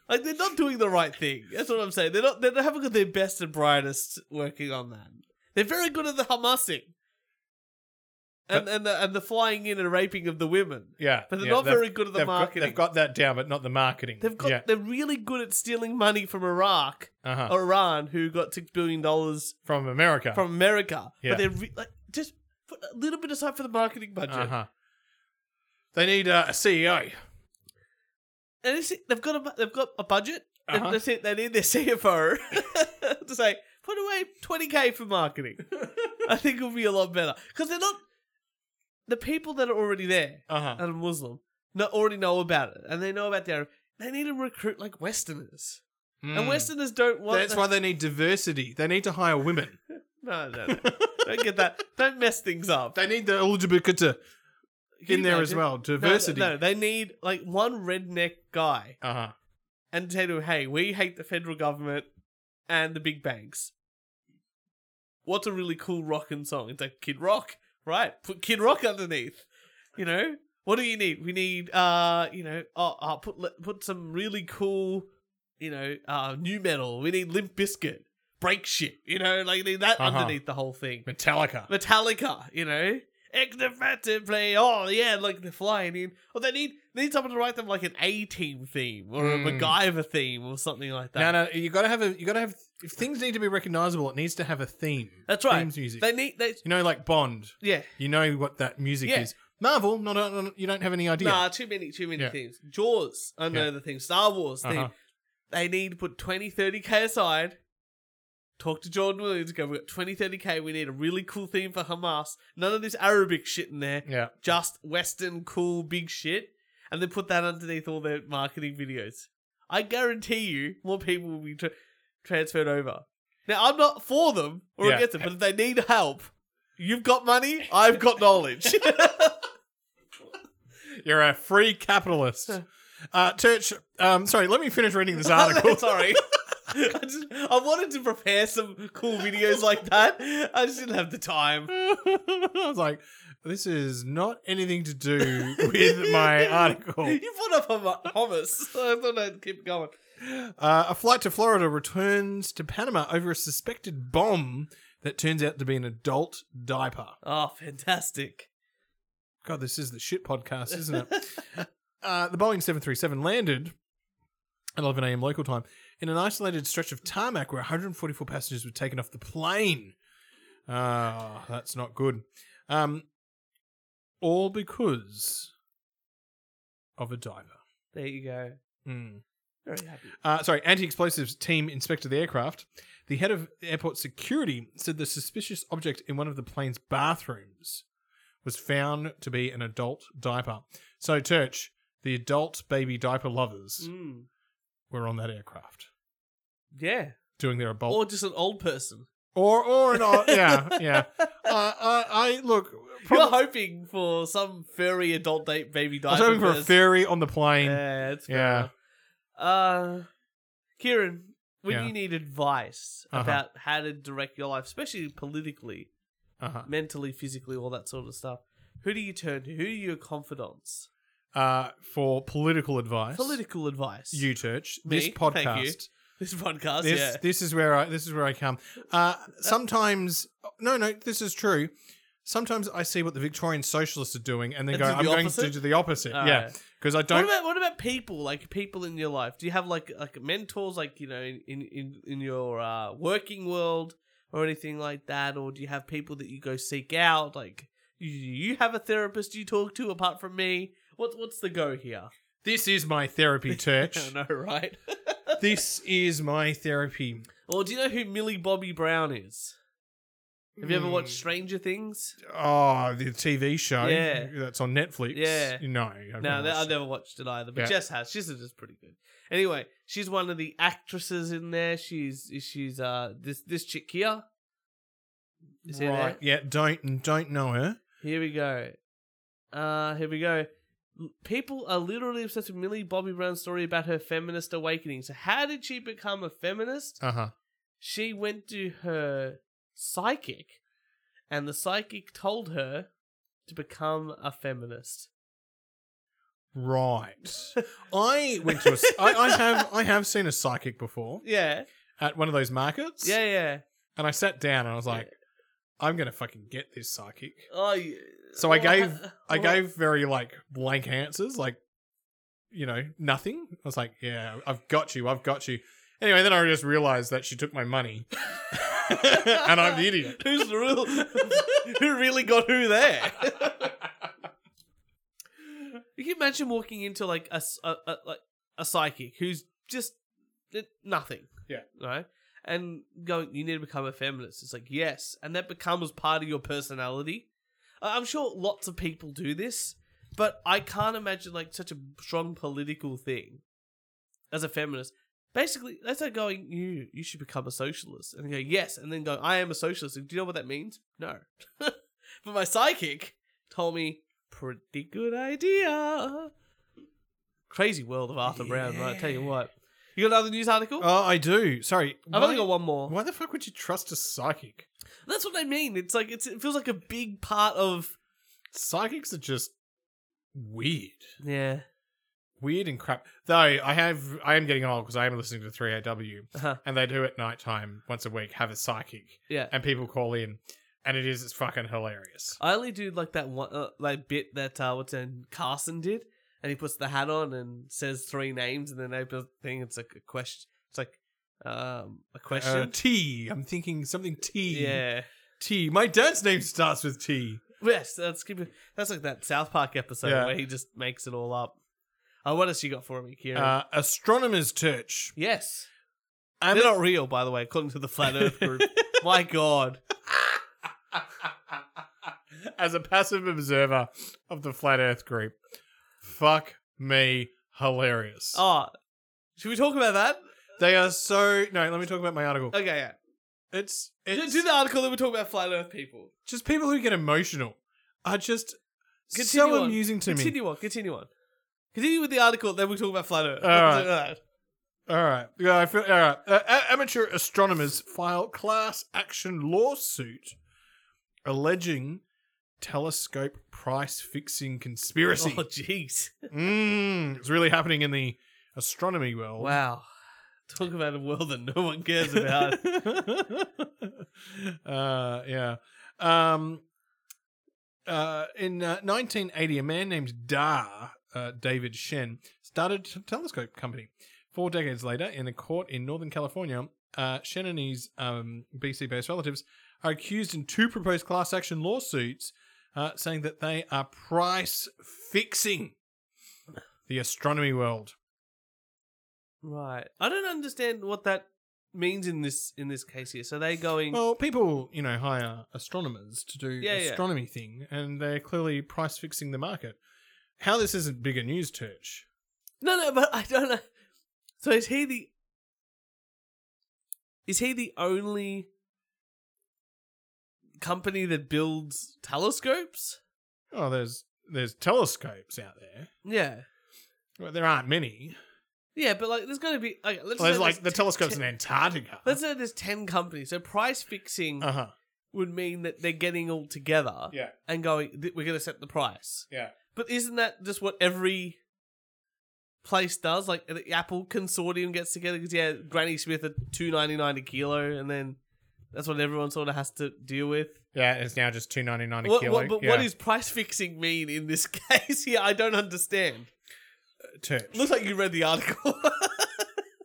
Speaker 3: like they're not doing the right thing. That's what I'm saying. They're not. They haven't got their best and brightest working on that. They're very good at the Hamasing. And, and the and the flying in and raping of the women.
Speaker 4: yeah.
Speaker 3: But they're
Speaker 4: yeah,
Speaker 3: not
Speaker 4: they've-
Speaker 3: very good at the
Speaker 4: they've got-
Speaker 3: marketing.
Speaker 4: they've got that down, but not the marketing.
Speaker 3: They've got
Speaker 4: yeah.
Speaker 3: they're really good at stealing money from Iraq,
Speaker 4: Uh-huh.
Speaker 3: or Iran, who got six billion dollars
Speaker 4: from America.
Speaker 3: from America.
Speaker 4: Yeah.
Speaker 3: But they're re- like just put a little bit aside for the marketing budget.
Speaker 4: Uh-huh. They need uh, a CEO.
Speaker 3: And it's, they've got a bu- they've got a budget. and
Speaker 4: Uh-huh.
Speaker 3: That's it. They need their CFO to say put away twenty k for marketing. I think it'll be a lot better because they're not the people that are already there
Speaker 4: Uh-huh.
Speaker 3: and are Muslim not already know about it and they know about their. They need to recruit like Westerners. And Westerners don't want.
Speaker 4: Hmm. That's
Speaker 3: the-
Speaker 4: why they need diversity. They need to hire women.
Speaker 3: No, no, no. don't get that. Don't mess things up.
Speaker 4: They need the LGBT
Speaker 3: Can
Speaker 4: in
Speaker 3: you
Speaker 4: there as
Speaker 3: imagine?
Speaker 4: well.
Speaker 3: No, no,
Speaker 4: Diversity.
Speaker 3: No, they need like one redneck guy
Speaker 4: Uh-huh.
Speaker 3: and tell him, "Hey, we hate the federal government and the big banks." What's a really cool rockin' song? It's like Kid Rock, right? Put Kid Rock underneath. You know, what do you need? We need, uh, you know, uh, uh put let- put some really cool, you know, uh, new metal. We need Limp Biscuit, break shit. You know, like need that
Speaker 4: Uh-huh.
Speaker 3: underneath the whole thing.
Speaker 4: Metallica.
Speaker 3: Metallica, you know? Activated play. Oh yeah, like they're flying in. Or they need they need someone to write them like an A team theme or a
Speaker 4: Mm.
Speaker 3: MacGyver theme or something like that.
Speaker 4: No, no, you gotta have a you gotta have if things need to be recognizable, it needs to have a theme.
Speaker 3: That's right.
Speaker 4: Themes music.
Speaker 3: They need they
Speaker 4: you know, like Bond.
Speaker 3: Yeah.
Speaker 4: You know what that music
Speaker 3: Yeah.
Speaker 4: is. Marvel, not, not you don't have any idea.
Speaker 3: Nah, too many too many
Speaker 4: Yeah.
Speaker 3: themes. Jaws, another
Speaker 4: Yeah.
Speaker 3: the theme. Star Wars theme.
Speaker 4: Uh-huh.
Speaker 3: They need to put 20, 30 K aside. Talk to Jordan Williams, go, we've got 20, 30 K, we need a really cool theme for Hamas. None of this Arabic shit in there.
Speaker 4: Yeah.
Speaker 3: just Western cool big shit, and then put that underneath all their marketing videos. I guarantee you, more people will be tra- transferred over. Now, I'm not for them or
Speaker 4: Yeah.
Speaker 3: against them, but if they need help, you've got money, I've got knowledge.
Speaker 4: You're a free capitalist. Uh, Church, um, sorry, let me finish reading this article.
Speaker 3: Sorry. I, just, I wanted to prepare some cool videos like that. I just didn't have the time.
Speaker 4: I was like, this is not anything to do with my article.
Speaker 3: You put up hum- hummus. I thought I'd keep going.
Speaker 4: Uh, a flight to Florida returns to Panama over a suspected bomb that turns out to be an adult diaper.
Speaker 3: Oh, fantastic.
Speaker 4: God, this is the shit podcast, isn't it? uh, the Boeing 737 landed at 11 a.m. local time in an isolated stretch of tarmac where 144 passengers were taken off the plane. Ah, that's not good. Um, all because of a diaper.
Speaker 3: There you go.
Speaker 4: Mm.
Speaker 3: Very happy.
Speaker 4: Uh, sorry, anti explosives team inspected the aircraft. The head of airport security said the suspicious object in one of the plane's bathrooms was found to be an adult diaper. So, Church, the adult baby diaper lovers
Speaker 3: Mm.
Speaker 4: were on that aircraft
Speaker 3: Yeah.
Speaker 4: doing their adult.
Speaker 3: Or just an old person.
Speaker 4: or, or an old. yeah, yeah. Uh, I, I look.
Speaker 3: You're hoping for some furry adult date baby
Speaker 4: I was
Speaker 3: diaper.
Speaker 4: hoping for a
Speaker 3: first.
Speaker 4: ferry on the plane.
Speaker 3: Yeah, it's fair
Speaker 4: Yeah.
Speaker 3: enough. Uh, Kieran, when
Speaker 4: Yeah.
Speaker 3: you need advice
Speaker 4: Uh-huh.
Speaker 3: about how to direct your life, especially politically,
Speaker 4: Uh-huh.
Speaker 3: mentally, physically, all that sort of stuff, who do you turn to? Who are your confidants?
Speaker 4: Uh, for political advice.
Speaker 3: Political advice.
Speaker 4: you, Church.
Speaker 3: Me?
Speaker 4: This podcast.
Speaker 3: Thank you. This podcast.
Speaker 4: this
Speaker 3: yeah.
Speaker 4: this is where I this is where I come. Uh, sometimes no no this is true. Sometimes I see what the Victorian socialists are doing and they
Speaker 3: And
Speaker 4: go
Speaker 3: do the
Speaker 4: I'm going to
Speaker 3: opposite?
Speaker 4: do the opposite.
Speaker 3: All
Speaker 4: yeah.
Speaker 3: right.
Speaker 4: Cuz I
Speaker 3: What
Speaker 4: don't
Speaker 3: about what about people like people in your life? Do you have like like mentors like you know in in in, in your uh, working world or anything like that, or do you have people that you go seek out? Like you, you have a therapist you talk to apart from me. What's what's the go here?
Speaker 4: this is my therapy church.
Speaker 3: I know, right?
Speaker 4: This is my therapy.
Speaker 3: or do you know who Millie Bobby Brown is? Have you ever
Speaker 4: Hmm.
Speaker 3: watched Stranger Things?
Speaker 4: Oh, the TV show
Speaker 3: Yeah.
Speaker 4: that's on Netflix.
Speaker 3: Yeah.
Speaker 4: No. I've
Speaker 3: No,
Speaker 4: never
Speaker 3: that,
Speaker 4: watched
Speaker 3: I've
Speaker 4: it.
Speaker 3: never watched it either. But
Speaker 4: Yeah.
Speaker 3: Jess has. She's just pretty good. Anyway, she's one of the actresses in there. She's she's uh this this chick here. Is here
Speaker 4: Right. Yeah, don't don't know her.
Speaker 3: Here we go. Uh here we go. L- People are literally obsessed with Millie Bobby Brown's story about her feminist awakening. So how did she become a feminist?
Speaker 4: Uh-huh.
Speaker 3: she went to her psychic, and the psychic told her to become a feminist.
Speaker 4: Right. I went to a s I I have I have seen a psychic before
Speaker 3: Yeah,
Speaker 4: at one of those markets.
Speaker 3: yeah, yeah.
Speaker 4: And I sat down and I was like, I'm gonna fucking get this psychic.
Speaker 3: Oh, you-
Speaker 4: So I
Speaker 3: well,
Speaker 4: gave
Speaker 3: ha-
Speaker 4: I
Speaker 3: well,
Speaker 4: gave very like blank answers, like you know, nothing. I was like, Yeah, I've got you, I've got you. Anyway, then I just realized that she took my money. and I'm the idiot.
Speaker 3: Who's the real? who really got who there? you can imagine walking into like a s- a- a- like a psychic who's just did nothing.
Speaker 4: Yeah.
Speaker 3: Right. And going, you need to become a feminist. It's like yes, and that becomes part of your personality. I- I'm sure lots of people do this, but I can't imagine like such a strong political thing as a feminist Basically, that's like going, you you should become a socialist. And they go, yes. And then go, I am a socialist. And do you know what that means? No. but my psychic told me, pretty good idea. Crazy world of Arthur Brown, right? I tell you what. You got another news article?
Speaker 4: Oh, I do. Sorry.
Speaker 3: I've only got one more.
Speaker 4: Why the fuck would you trust a psychic?
Speaker 3: That's what I mean. It's like, it's, it feels like a big part of.
Speaker 4: Psychics are just weird.
Speaker 3: Yeah.
Speaker 4: Weird and crap. Though I have, I am getting old because I am listening to 3AW,
Speaker 3: Uh-huh.
Speaker 4: and they do at nighttime once a week have a psychic.
Speaker 3: Yeah.
Speaker 4: and people call in, and it is it's fucking hilarious.
Speaker 3: I only do like that one uh, like bit that uh, what's in Carson did, and he puts the hat on and says three names, and then opens the thing. It's like a question. It's like um a question.
Speaker 4: Uh, T. I'm thinking something T.
Speaker 3: Yeah.
Speaker 4: T. My dad's name starts with T.
Speaker 3: yes, that's keep it- that's like that South Park episode
Speaker 4: Yeah.
Speaker 3: where he just makes it all up. Uh, what else you got for me, Kieran?
Speaker 4: Uh, Astronomers Church.
Speaker 3: yes, they're not real, by the way, according to the Flat Earth group. My God,
Speaker 4: As a passive observer of the Flat Earth group, fuck me, hilarious.
Speaker 3: oh, should we talk about that?
Speaker 4: They are so. No, let me talk about my article.
Speaker 3: Okay, yeah.
Speaker 4: It's
Speaker 3: Do-
Speaker 4: it's
Speaker 3: do the article that we talk about flat Earth people.
Speaker 4: just people who get emotional are just
Speaker 3: Continue
Speaker 4: so
Speaker 3: on.
Speaker 4: amusing to me.
Speaker 3: Continue on. Continue on. Continue with the article. Then we talk about flat Earth.
Speaker 4: All right. All right. Yeah, I feel, all right. Uh, a- amateur astronomers file class action lawsuit alleging telescope price fixing conspiracy.
Speaker 3: Oh, jeez.
Speaker 4: Mm, it's really happening in the astronomy world.
Speaker 3: Wow. Talk about a world that no one cares about.
Speaker 4: Uh, yeah. Um, uh, in uh, 1980, a man named Dar, uh, David Shen, started a telescope company. Four decades later, in a court in Northern California, uh, Shen and his um, BC based relatives are accused in two proposed class action lawsuits uh, saying that they are price fixing the astronomy world.
Speaker 3: right. I don't understand what that means in this in this case here. So they're going.
Speaker 4: Well, people, you know, hire astronomers to do
Speaker 3: Yeah, yeah.
Speaker 4: astronomy thing, and they're clearly price fixing the market. How this isn't bigger news, Church?
Speaker 3: no, no, but I don't know. So is he the? Is he the only company that builds telescopes?
Speaker 4: Oh, there's there's telescopes out there.
Speaker 3: Yeah.
Speaker 4: Well, there aren't many.
Speaker 3: Yeah, but like, there's going to be. Okay, let's
Speaker 4: Well, there's
Speaker 3: say
Speaker 4: like the telescopes in
Speaker 3: ten-
Speaker 4: Antarctica.
Speaker 3: Let's say there's ten companies. So price fixing
Speaker 4: Uh huh.
Speaker 3: would mean that they're getting all together
Speaker 4: Yeah.
Speaker 3: and going, "Th- we're going to set the price.
Speaker 4: Yeah.
Speaker 3: But isn't that just what every place does? Like the Apple consortium gets together because yeah, Granny Smith at two ninety nine a kilo, and then that's what everyone sort of has to deal with.
Speaker 4: Yeah, it's now just two ninety nine a
Speaker 3: What,
Speaker 4: kilo.
Speaker 3: what, but
Speaker 4: yeah.
Speaker 3: what does price fixing mean in this case? Yeah, I don't understand.
Speaker 4: Church?
Speaker 3: Looks like you read the article.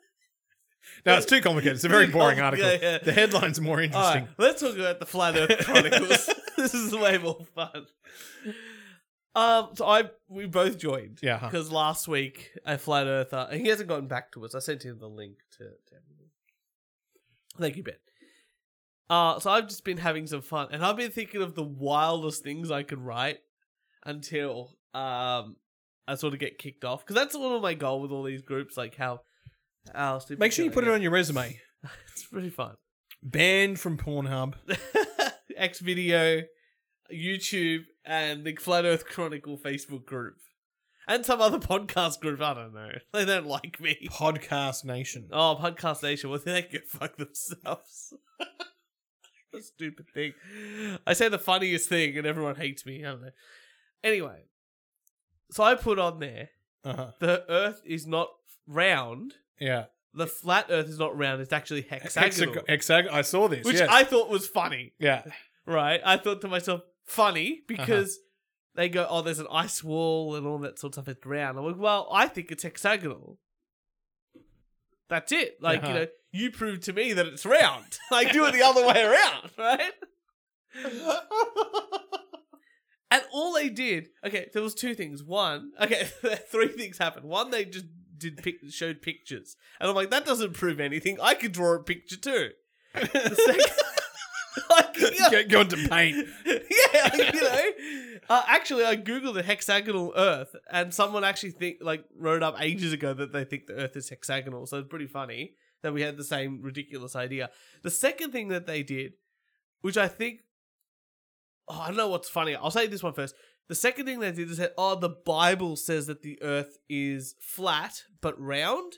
Speaker 4: No, it's too complicated. It's a very boring
Speaker 3: Yeah,
Speaker 4: article.
Speaker 3: Oh, yeah.
Speaker 4: The headline's more
Speaker 3: All
Speaker 4: interesting.
Speaker 3: right, let's talk about the Flat Earth Chronicles. this is way more fun. Um, so I we both joined,
Speaker 4: Yeah, huh.
Speaker 3: because last week a Flat Earther and he hasn't gotten back to us. I sent him the link to. to everything. Thank you, Ben. Uh, so I've just been having some fun, and I've been thinking of the wildest things I could write until um I sort of get kicked off because that's sort of my goal with all these groups, like how. how stupid
Speaker 4: Make sure you
Speaker 3: can I
Speaker 4: put it
Speaker 3: get?
Speaker 4: on your resume.
Speaker 3: It's pretty fun.
Speaker 4: Banned from Pornhub.
Speaker 3: X Video, YouTube, and the Flat Earth Chronicle Facebook group. And some other podcast group. I don't know. They don't like me.
Speaker 4: Podcast Nation.
Speaker 3: Oh, Podcast Nation. Well, they can fuck themselves. the stupid thing. I say the funniest thing, and everyone hates me. I don't know. Anyway, so I put on there
Speaker 4: Uh-huh.
Speaker 3: the Earth is not round.
Speaker 4: Yeah.
Speaker 3: The flat Earth is not round. It's actually hexagonal,
Speaker 4: Hexag- hexag- I saw this.
Speaker 3: which
Speaker 4: yes.
Speaker 3: I thought was funny
Speaker 4: Yeah.
Speaker 3: right? I thought to myself, funny, because they go, oh, there's an ice wall and all that sort of stuff. It's round. I'm like, well, I think it's hexagonal. That's it. Like, you
Speaker 4: Uh-huh.
Speaker 3: know, you proved to me that it's round. like, do it the other way around, right? and all they did, okay, there was two things. One, okay, three things happened. One, they just did pic- showed pictures, and I'm like, that doesn't prove anything. I could draw a picture too. The second, like, yeah.
Speaker 4: Get, go into paint.
Speaker 3: yeah, you know, uh, actually, I googled the hexagonal Earth, and someone actually think like wrote up ages ago that they think the Earth is hexagonal. So it's pretty funny that we had the same ridiculous idea. The second thing that they did, which I think, oh, I don't know what's funny. I'll say this one first. The second thing they did is that oh, the Bible says that the Earth is flat but round.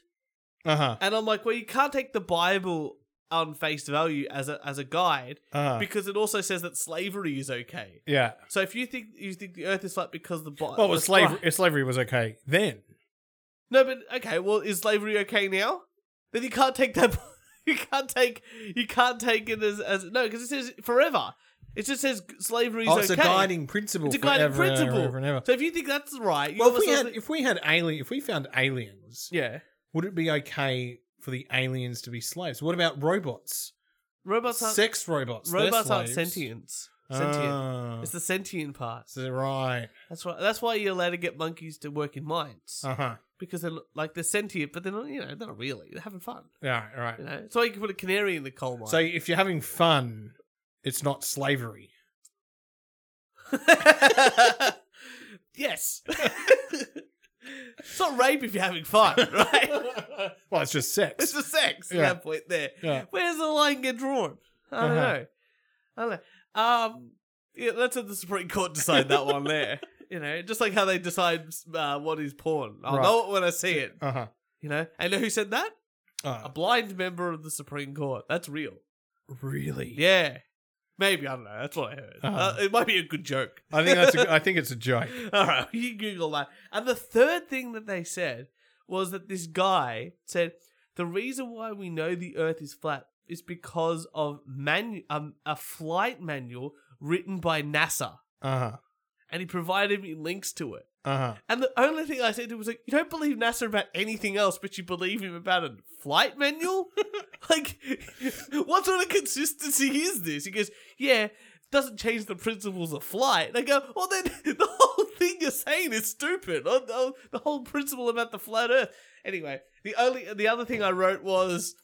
Speaker 4: Uh-huh.
Speaker 3: And I'm like, well, you can't take the Bible on face value as a as a guide
Speaker 4: Uh-huh.
Speaker 3: because it also says that slavery is okay.
Speaker 4: Yeah.
Speaker 3: So if you think you think the Earth is flat because the Bible,
Speaker 4: Well, was slavery, if slavery was okay then.
Speaker 3: No, but okay. Well, is slavery okay now? Then you can't take that. You can't take. You can't take it as as no because it says forever. It just says slavery is
Speaker 4: Oh, it's a
Speaker 3: okay.
Speaker 4: guiding principle
Speaker 3: It's a
Speaker 4: for
Speaker 3: guiding
Speaker 4: ever and ever and
Speaker 3: principle.
Speaker 4: ever and ever.
Speaker 3: So if you think that's right, you
Speaker 4: Well, if we
Speaker 3: almost-
Speaker 4: had if we had alien if we found aliens,
Speaker 3: yeah,
Speaker 4: would it be okay for the aliens to be slaves? What about robots?
Speaker 3: robots aren't-
Speaker 4: sex robots. they're
Speaker 3: Robots aren't
Speaker 4: slaves.
Speaker 3: sentient. Sentient.
Speaker 4: Ah.
Speaker 3: It's the sentient part.
Speaker 4: So, right.
Speaker 3: That's why. That's why you're allowed to get monkeys to work in mines.
Speaker 4: Uh-huh.
Speaker 3: Because they're like they're sentient, but they're not. You know, they're not really. They're having fun.
Speaker 4: Yeah, right.
Speaker 3: You know, it's why you can put a canary in the coal mine.
Speaker 4: So if you're having fun, it's not slavery.
Speaker 3: yes, it's not rape if you're having fun, right?
Speaker 4: Well, it's just sex.
Speaker 3: it's the sex. Yeah.
Speaker 4: Yeah.
Speaker 3: That point there.
Speaker 4: Yeah.
Speaker 3: Where's the line get drawn? I don't
Speaker 4: Uh-huh.
Speaker 3: know. I don't know. Um, yeah, let's let the Supreme Court decide that one there. You know, just like how they decide uh, what is porn. I'll
Speaker 4: Right.
Speaker 3: know it when I see it.
Speaker 4: Uh huh.
Speaker 3: You know, and know who said that?
Speaker 4: Uh.
Speaker 3: A blind member of the Supreme Court. That's real.
Speaker 4: Really?
Speaker 3: Yeah. Maybe I don't know. That's what I heard.
Speaker 4: Uh-huh.
Speaker 3: Uh, it might be a good joke.
Speaker 4: I think that's. A, I think it's a joke.
Speaker 3: All right, you Google that. And the third thing that they said was that this guy said the reason why we know the Earth is flat is because of manu- um, a flight manual written by NASA,
Speaker 4: Uh huh.
Speaker 3: and he provided me links to it.
Speaker 4: Uh huh.
Speaker 3: And the only thing I said to him was like, "You don't believe NASA about anything else, but you believe him about a flight manual. like, what sort of consistency is this?" He goes, "Yeah, it doesn't change the principles of flight." And I go, "Well, then the whole thing you're saying is stupid. Oh, no, The whole principle about the flat Earth." Anyway, the only the other thing I wrote was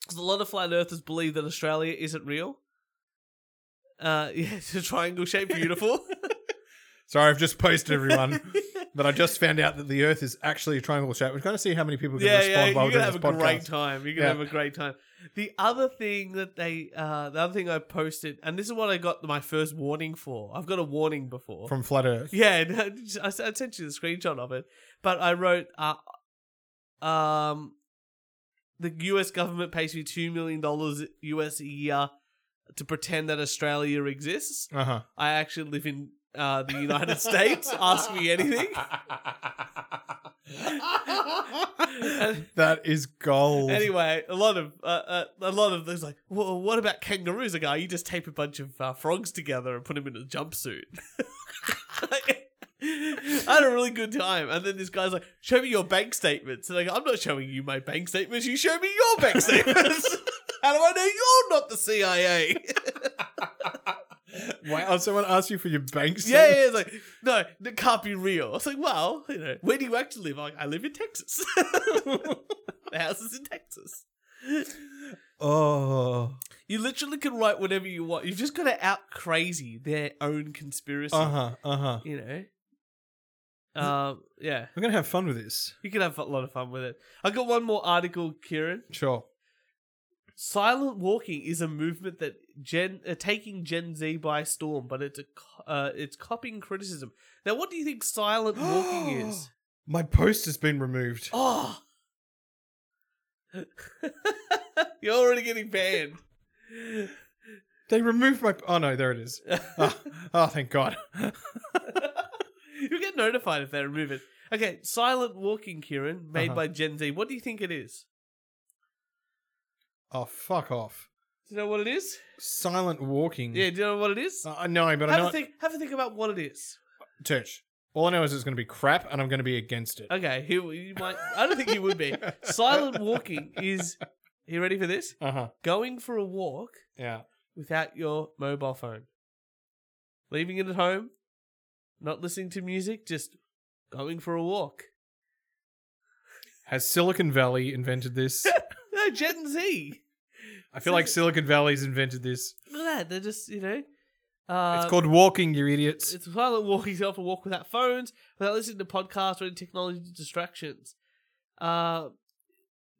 Speaker 3: because a lot of flat Earthers believe that Australia isn't real. Uh, yeah, it's a triangle shaped beautiful.
Speaker 4: Sorry, I've just posted everyone, but I just found out that the Earth is actually a triangle shape. We're going to see how many people can
Speaker 3: yeah,
Speaker 4: respond
Speaker 3: yeah,
Speaker 4: while
Speaker 3: you're
Speaker 4: we're doing
Speaker 3: gonna have a
Speaker 4: this podcast.
Speaker 3: great time. You're gonna
Speaker 4: Yeah.
Speaker 3: have a great time. The other thing that they, uh, the other thing I posted, and this is what I got my first warning for. I've got a warning before
Speaker 4: From flat Earth.
Speaker 3: Yeah, no, I s- I sent you the screenshot of it, but I wrote, uh, um, the U.S. government pays me two million dollars U.S. a year to pretend that Australia exists.
Speaker 4: Uh-huh.
Speaker 3: I actually live in uh, the United States. Ask me anything.
Speaker 4: That is gold.
Speaker 3: Anyway, a lot of uh, uh, a lot of those like, well, what about kangaroos? Like, oh, you just tape a bunch of uh, frogs together and put them in a jumpsuit. I had a really good time, and then this guy's like, "Show me your bank statements." And I go, "I'm not showing you my bank statements. You show me your bank statements. How do I know you're not the CIA?"
Speaker 4: Wait, oh, someone asked you for your bank
Speaker 3: yeah,
Speaker 4: statement?
Speaker 3: yeah, it's like, no, that can't be real. I was like, well, you know, where do you actually live? I'm like, I live in Texas. the house is in Texas.
Speaker 4: Oh.
Speaker 3: You literally can write whatever you want. You've just got to out crazy their own conspiracy.
Speaker 4: Uh huh. Uh huh.
Speaker 3: You know. Um. Yeah.
Speaker 4: We're going to have fun with this.
Speaker 3: You can have a lot of fun with it. I got one more article, Kieran.
Speaker 4: Sure.
Speaker 3: Silent walking is a movement that Gen uh, taking Gen Z by storm, but it's a co- uh, it's copying criticism. Now, what do you think silent walking is?
Speaker 4: My post has been removed.
Speaker 3: Oh, you're already getting banned.
Speaker 4: They removed my. Oh, no, there it is. oh, oh, thank God.
Speaker 3: You'll get notified if they remove it. Okay, silent walking, Kieran, made
Speaker 4: Uh-huh.
Speaker 3: by Gen Z. What do you think it is?
Speaker 4: Oh, fuck off.
Speaker 3: Do you know what it is?
Speaker 4: Silent walking.
Speaker 3: Yeah, do you know what it is?
Speaker 4: Uh, I know, but I
Speaker 3: have
Speaker 4: know.
Speaker 3: a think. Have a think about what it is.
Speaker 4: Church. All I know is it's going to be crap and I'm going to be against it.
Speaker 3: Okay, here you might. I don't think you would be. Silent walking is. You ready for this?
Speaker 4: Uh huh.
Speaker 3: Going for a walk
Speaker 4: Yeah.
Speaker 3: without your mobile phone, leaving it at home, not listening to music, just going for a walk.
Speaker 4: Has Silicon Valley invented this?
Speaker 3: No, Gen Z.
Speaker 4: I feel like Silicon Valley's invented this.
Speaker 3: Look at that. They're just, you know. Uh,
Speaker 4: it's called walking, you idiots.
Speaker 3: It's while walking off a walk without phones, without listening to podcasts or any technology distractions. Uh,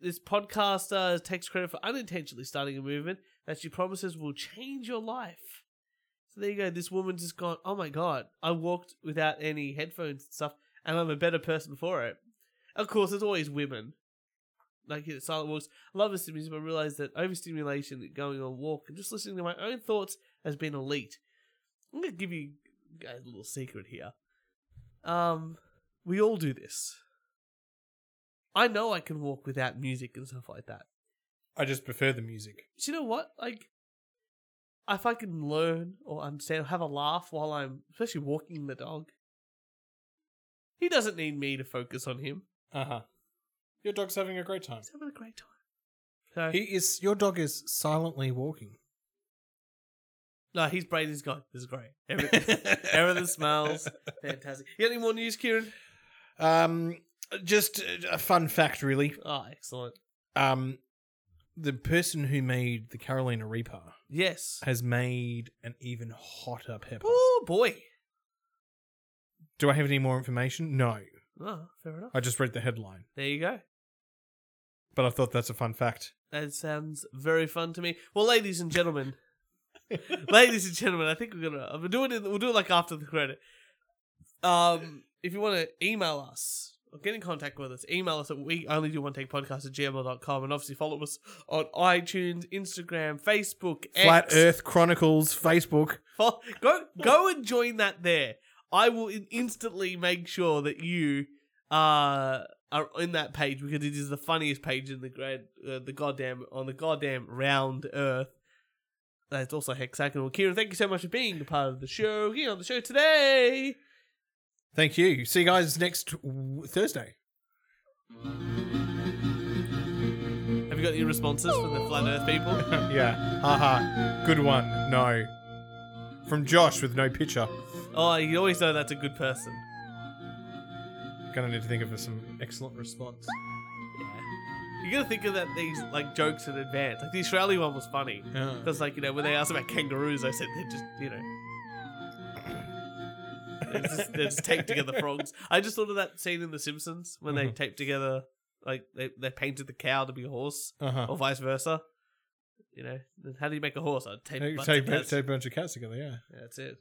Speaker 3: this podcaster takes credit for unintentionally starting a movement that she promises will change your life. So there you go. This woman's just gone. Oh my god! I walked without any headphones and stuff, and I'm a better person for it. Of course, there's always women. Like in silent walks, I love this music, but I realize that overstimulation, going on a walk, and just listening to my own thoughts has been elite. I'm gonna give you guys a little secret here. Um, we all do this. I know I can walk without music and stuff like that.
Speaker 4: I just prefer the music.
Speaker 3: Do you know what? Like, if I can learn or understand, have a laugh while I'm, especially walking the dog. He doesn't need me to focus on him.
Speaker 4: Uh huh. Your dog's having a great time. He's
Speaker 3: having a great time.
Speaker 4: He is. Your dog is silently walking.
Speaker 3: No, his brain is gone. This is great. Everything, everything smells fantastic. You got any more news, Kieran?
Speaker 4: Um, just a a fun fact, really.
Speaker 3: Oh, excellent.
Speaker 4: Um, the person who made the Carolina Reaper,
Speaker 3: Yes.
Speaker 4: has made an even hotter pepper.
Speaker 3: Oh boy.
Speaker 4: Do I have any more information? No.
Speaker 3: Oh, fair enough.
Speaker 4: I just read the headline,
Speaker 3: There you go.
Speaker 4: but I thought that's a fun fact.
Speaker 3: That sounds very fun to me. Well, ladies and gentlemen, ladies and gentlemen, I think we're gonna we'll do it. In, we'll do it like after the credit. Um, if you want to email us or get in contact with us, email us at we only do one take podcast at gmail.com and obviously follow us on iTunes, Instagram, Facebook,
Speaker 4: Flat
Speaker 3: X.
Speaker 4: Earth Chronicles Facebook.
Speaker 3: Fo- Go go and join that there. I will in- instantly make sure that you uh, are in that page because it is the funniest page in the grad, uh, the goddamn on the goddamn round earth. That's also hexagonal. Kieran, thank you so much for being a part of the show here on the show today.
Speaker 4: Thank you. See you guys next w- Thursday.
Speaker 3: Have you got any responses from the flat Earth people?
Speaker 4: Yeah. Haha. Good one. No. From Josh with no picture.
Speaker 3: oh, you always know that's a good person.
Speaker 4: Gonna need to think of some excellent response.
Speaker 3: You gotta think of that these like jokes in advance. Like the Australia one was funny.
Speaker 4: Yeah.
Speaker 3: That's like you know when they asked about kangaroos, I said they're just you know. they just, they just tape together frogs. I just thought of that scene in The Simpsons when they
Speaker 4: Mhm.
Speaker 3: taped together, like they, they painted the cow to be a horse,
Speaker 4: Uh-huh.
Speaker 3: or vice versa. You know, how do you make a horse? I tape,
Speaker 4: Take,
Speaker 3: bunch of
Speaker 4: take,
Speaker 3: cats.
Speaker 4: take a bunch of cats together, yeah.
Speaker 3: That's it.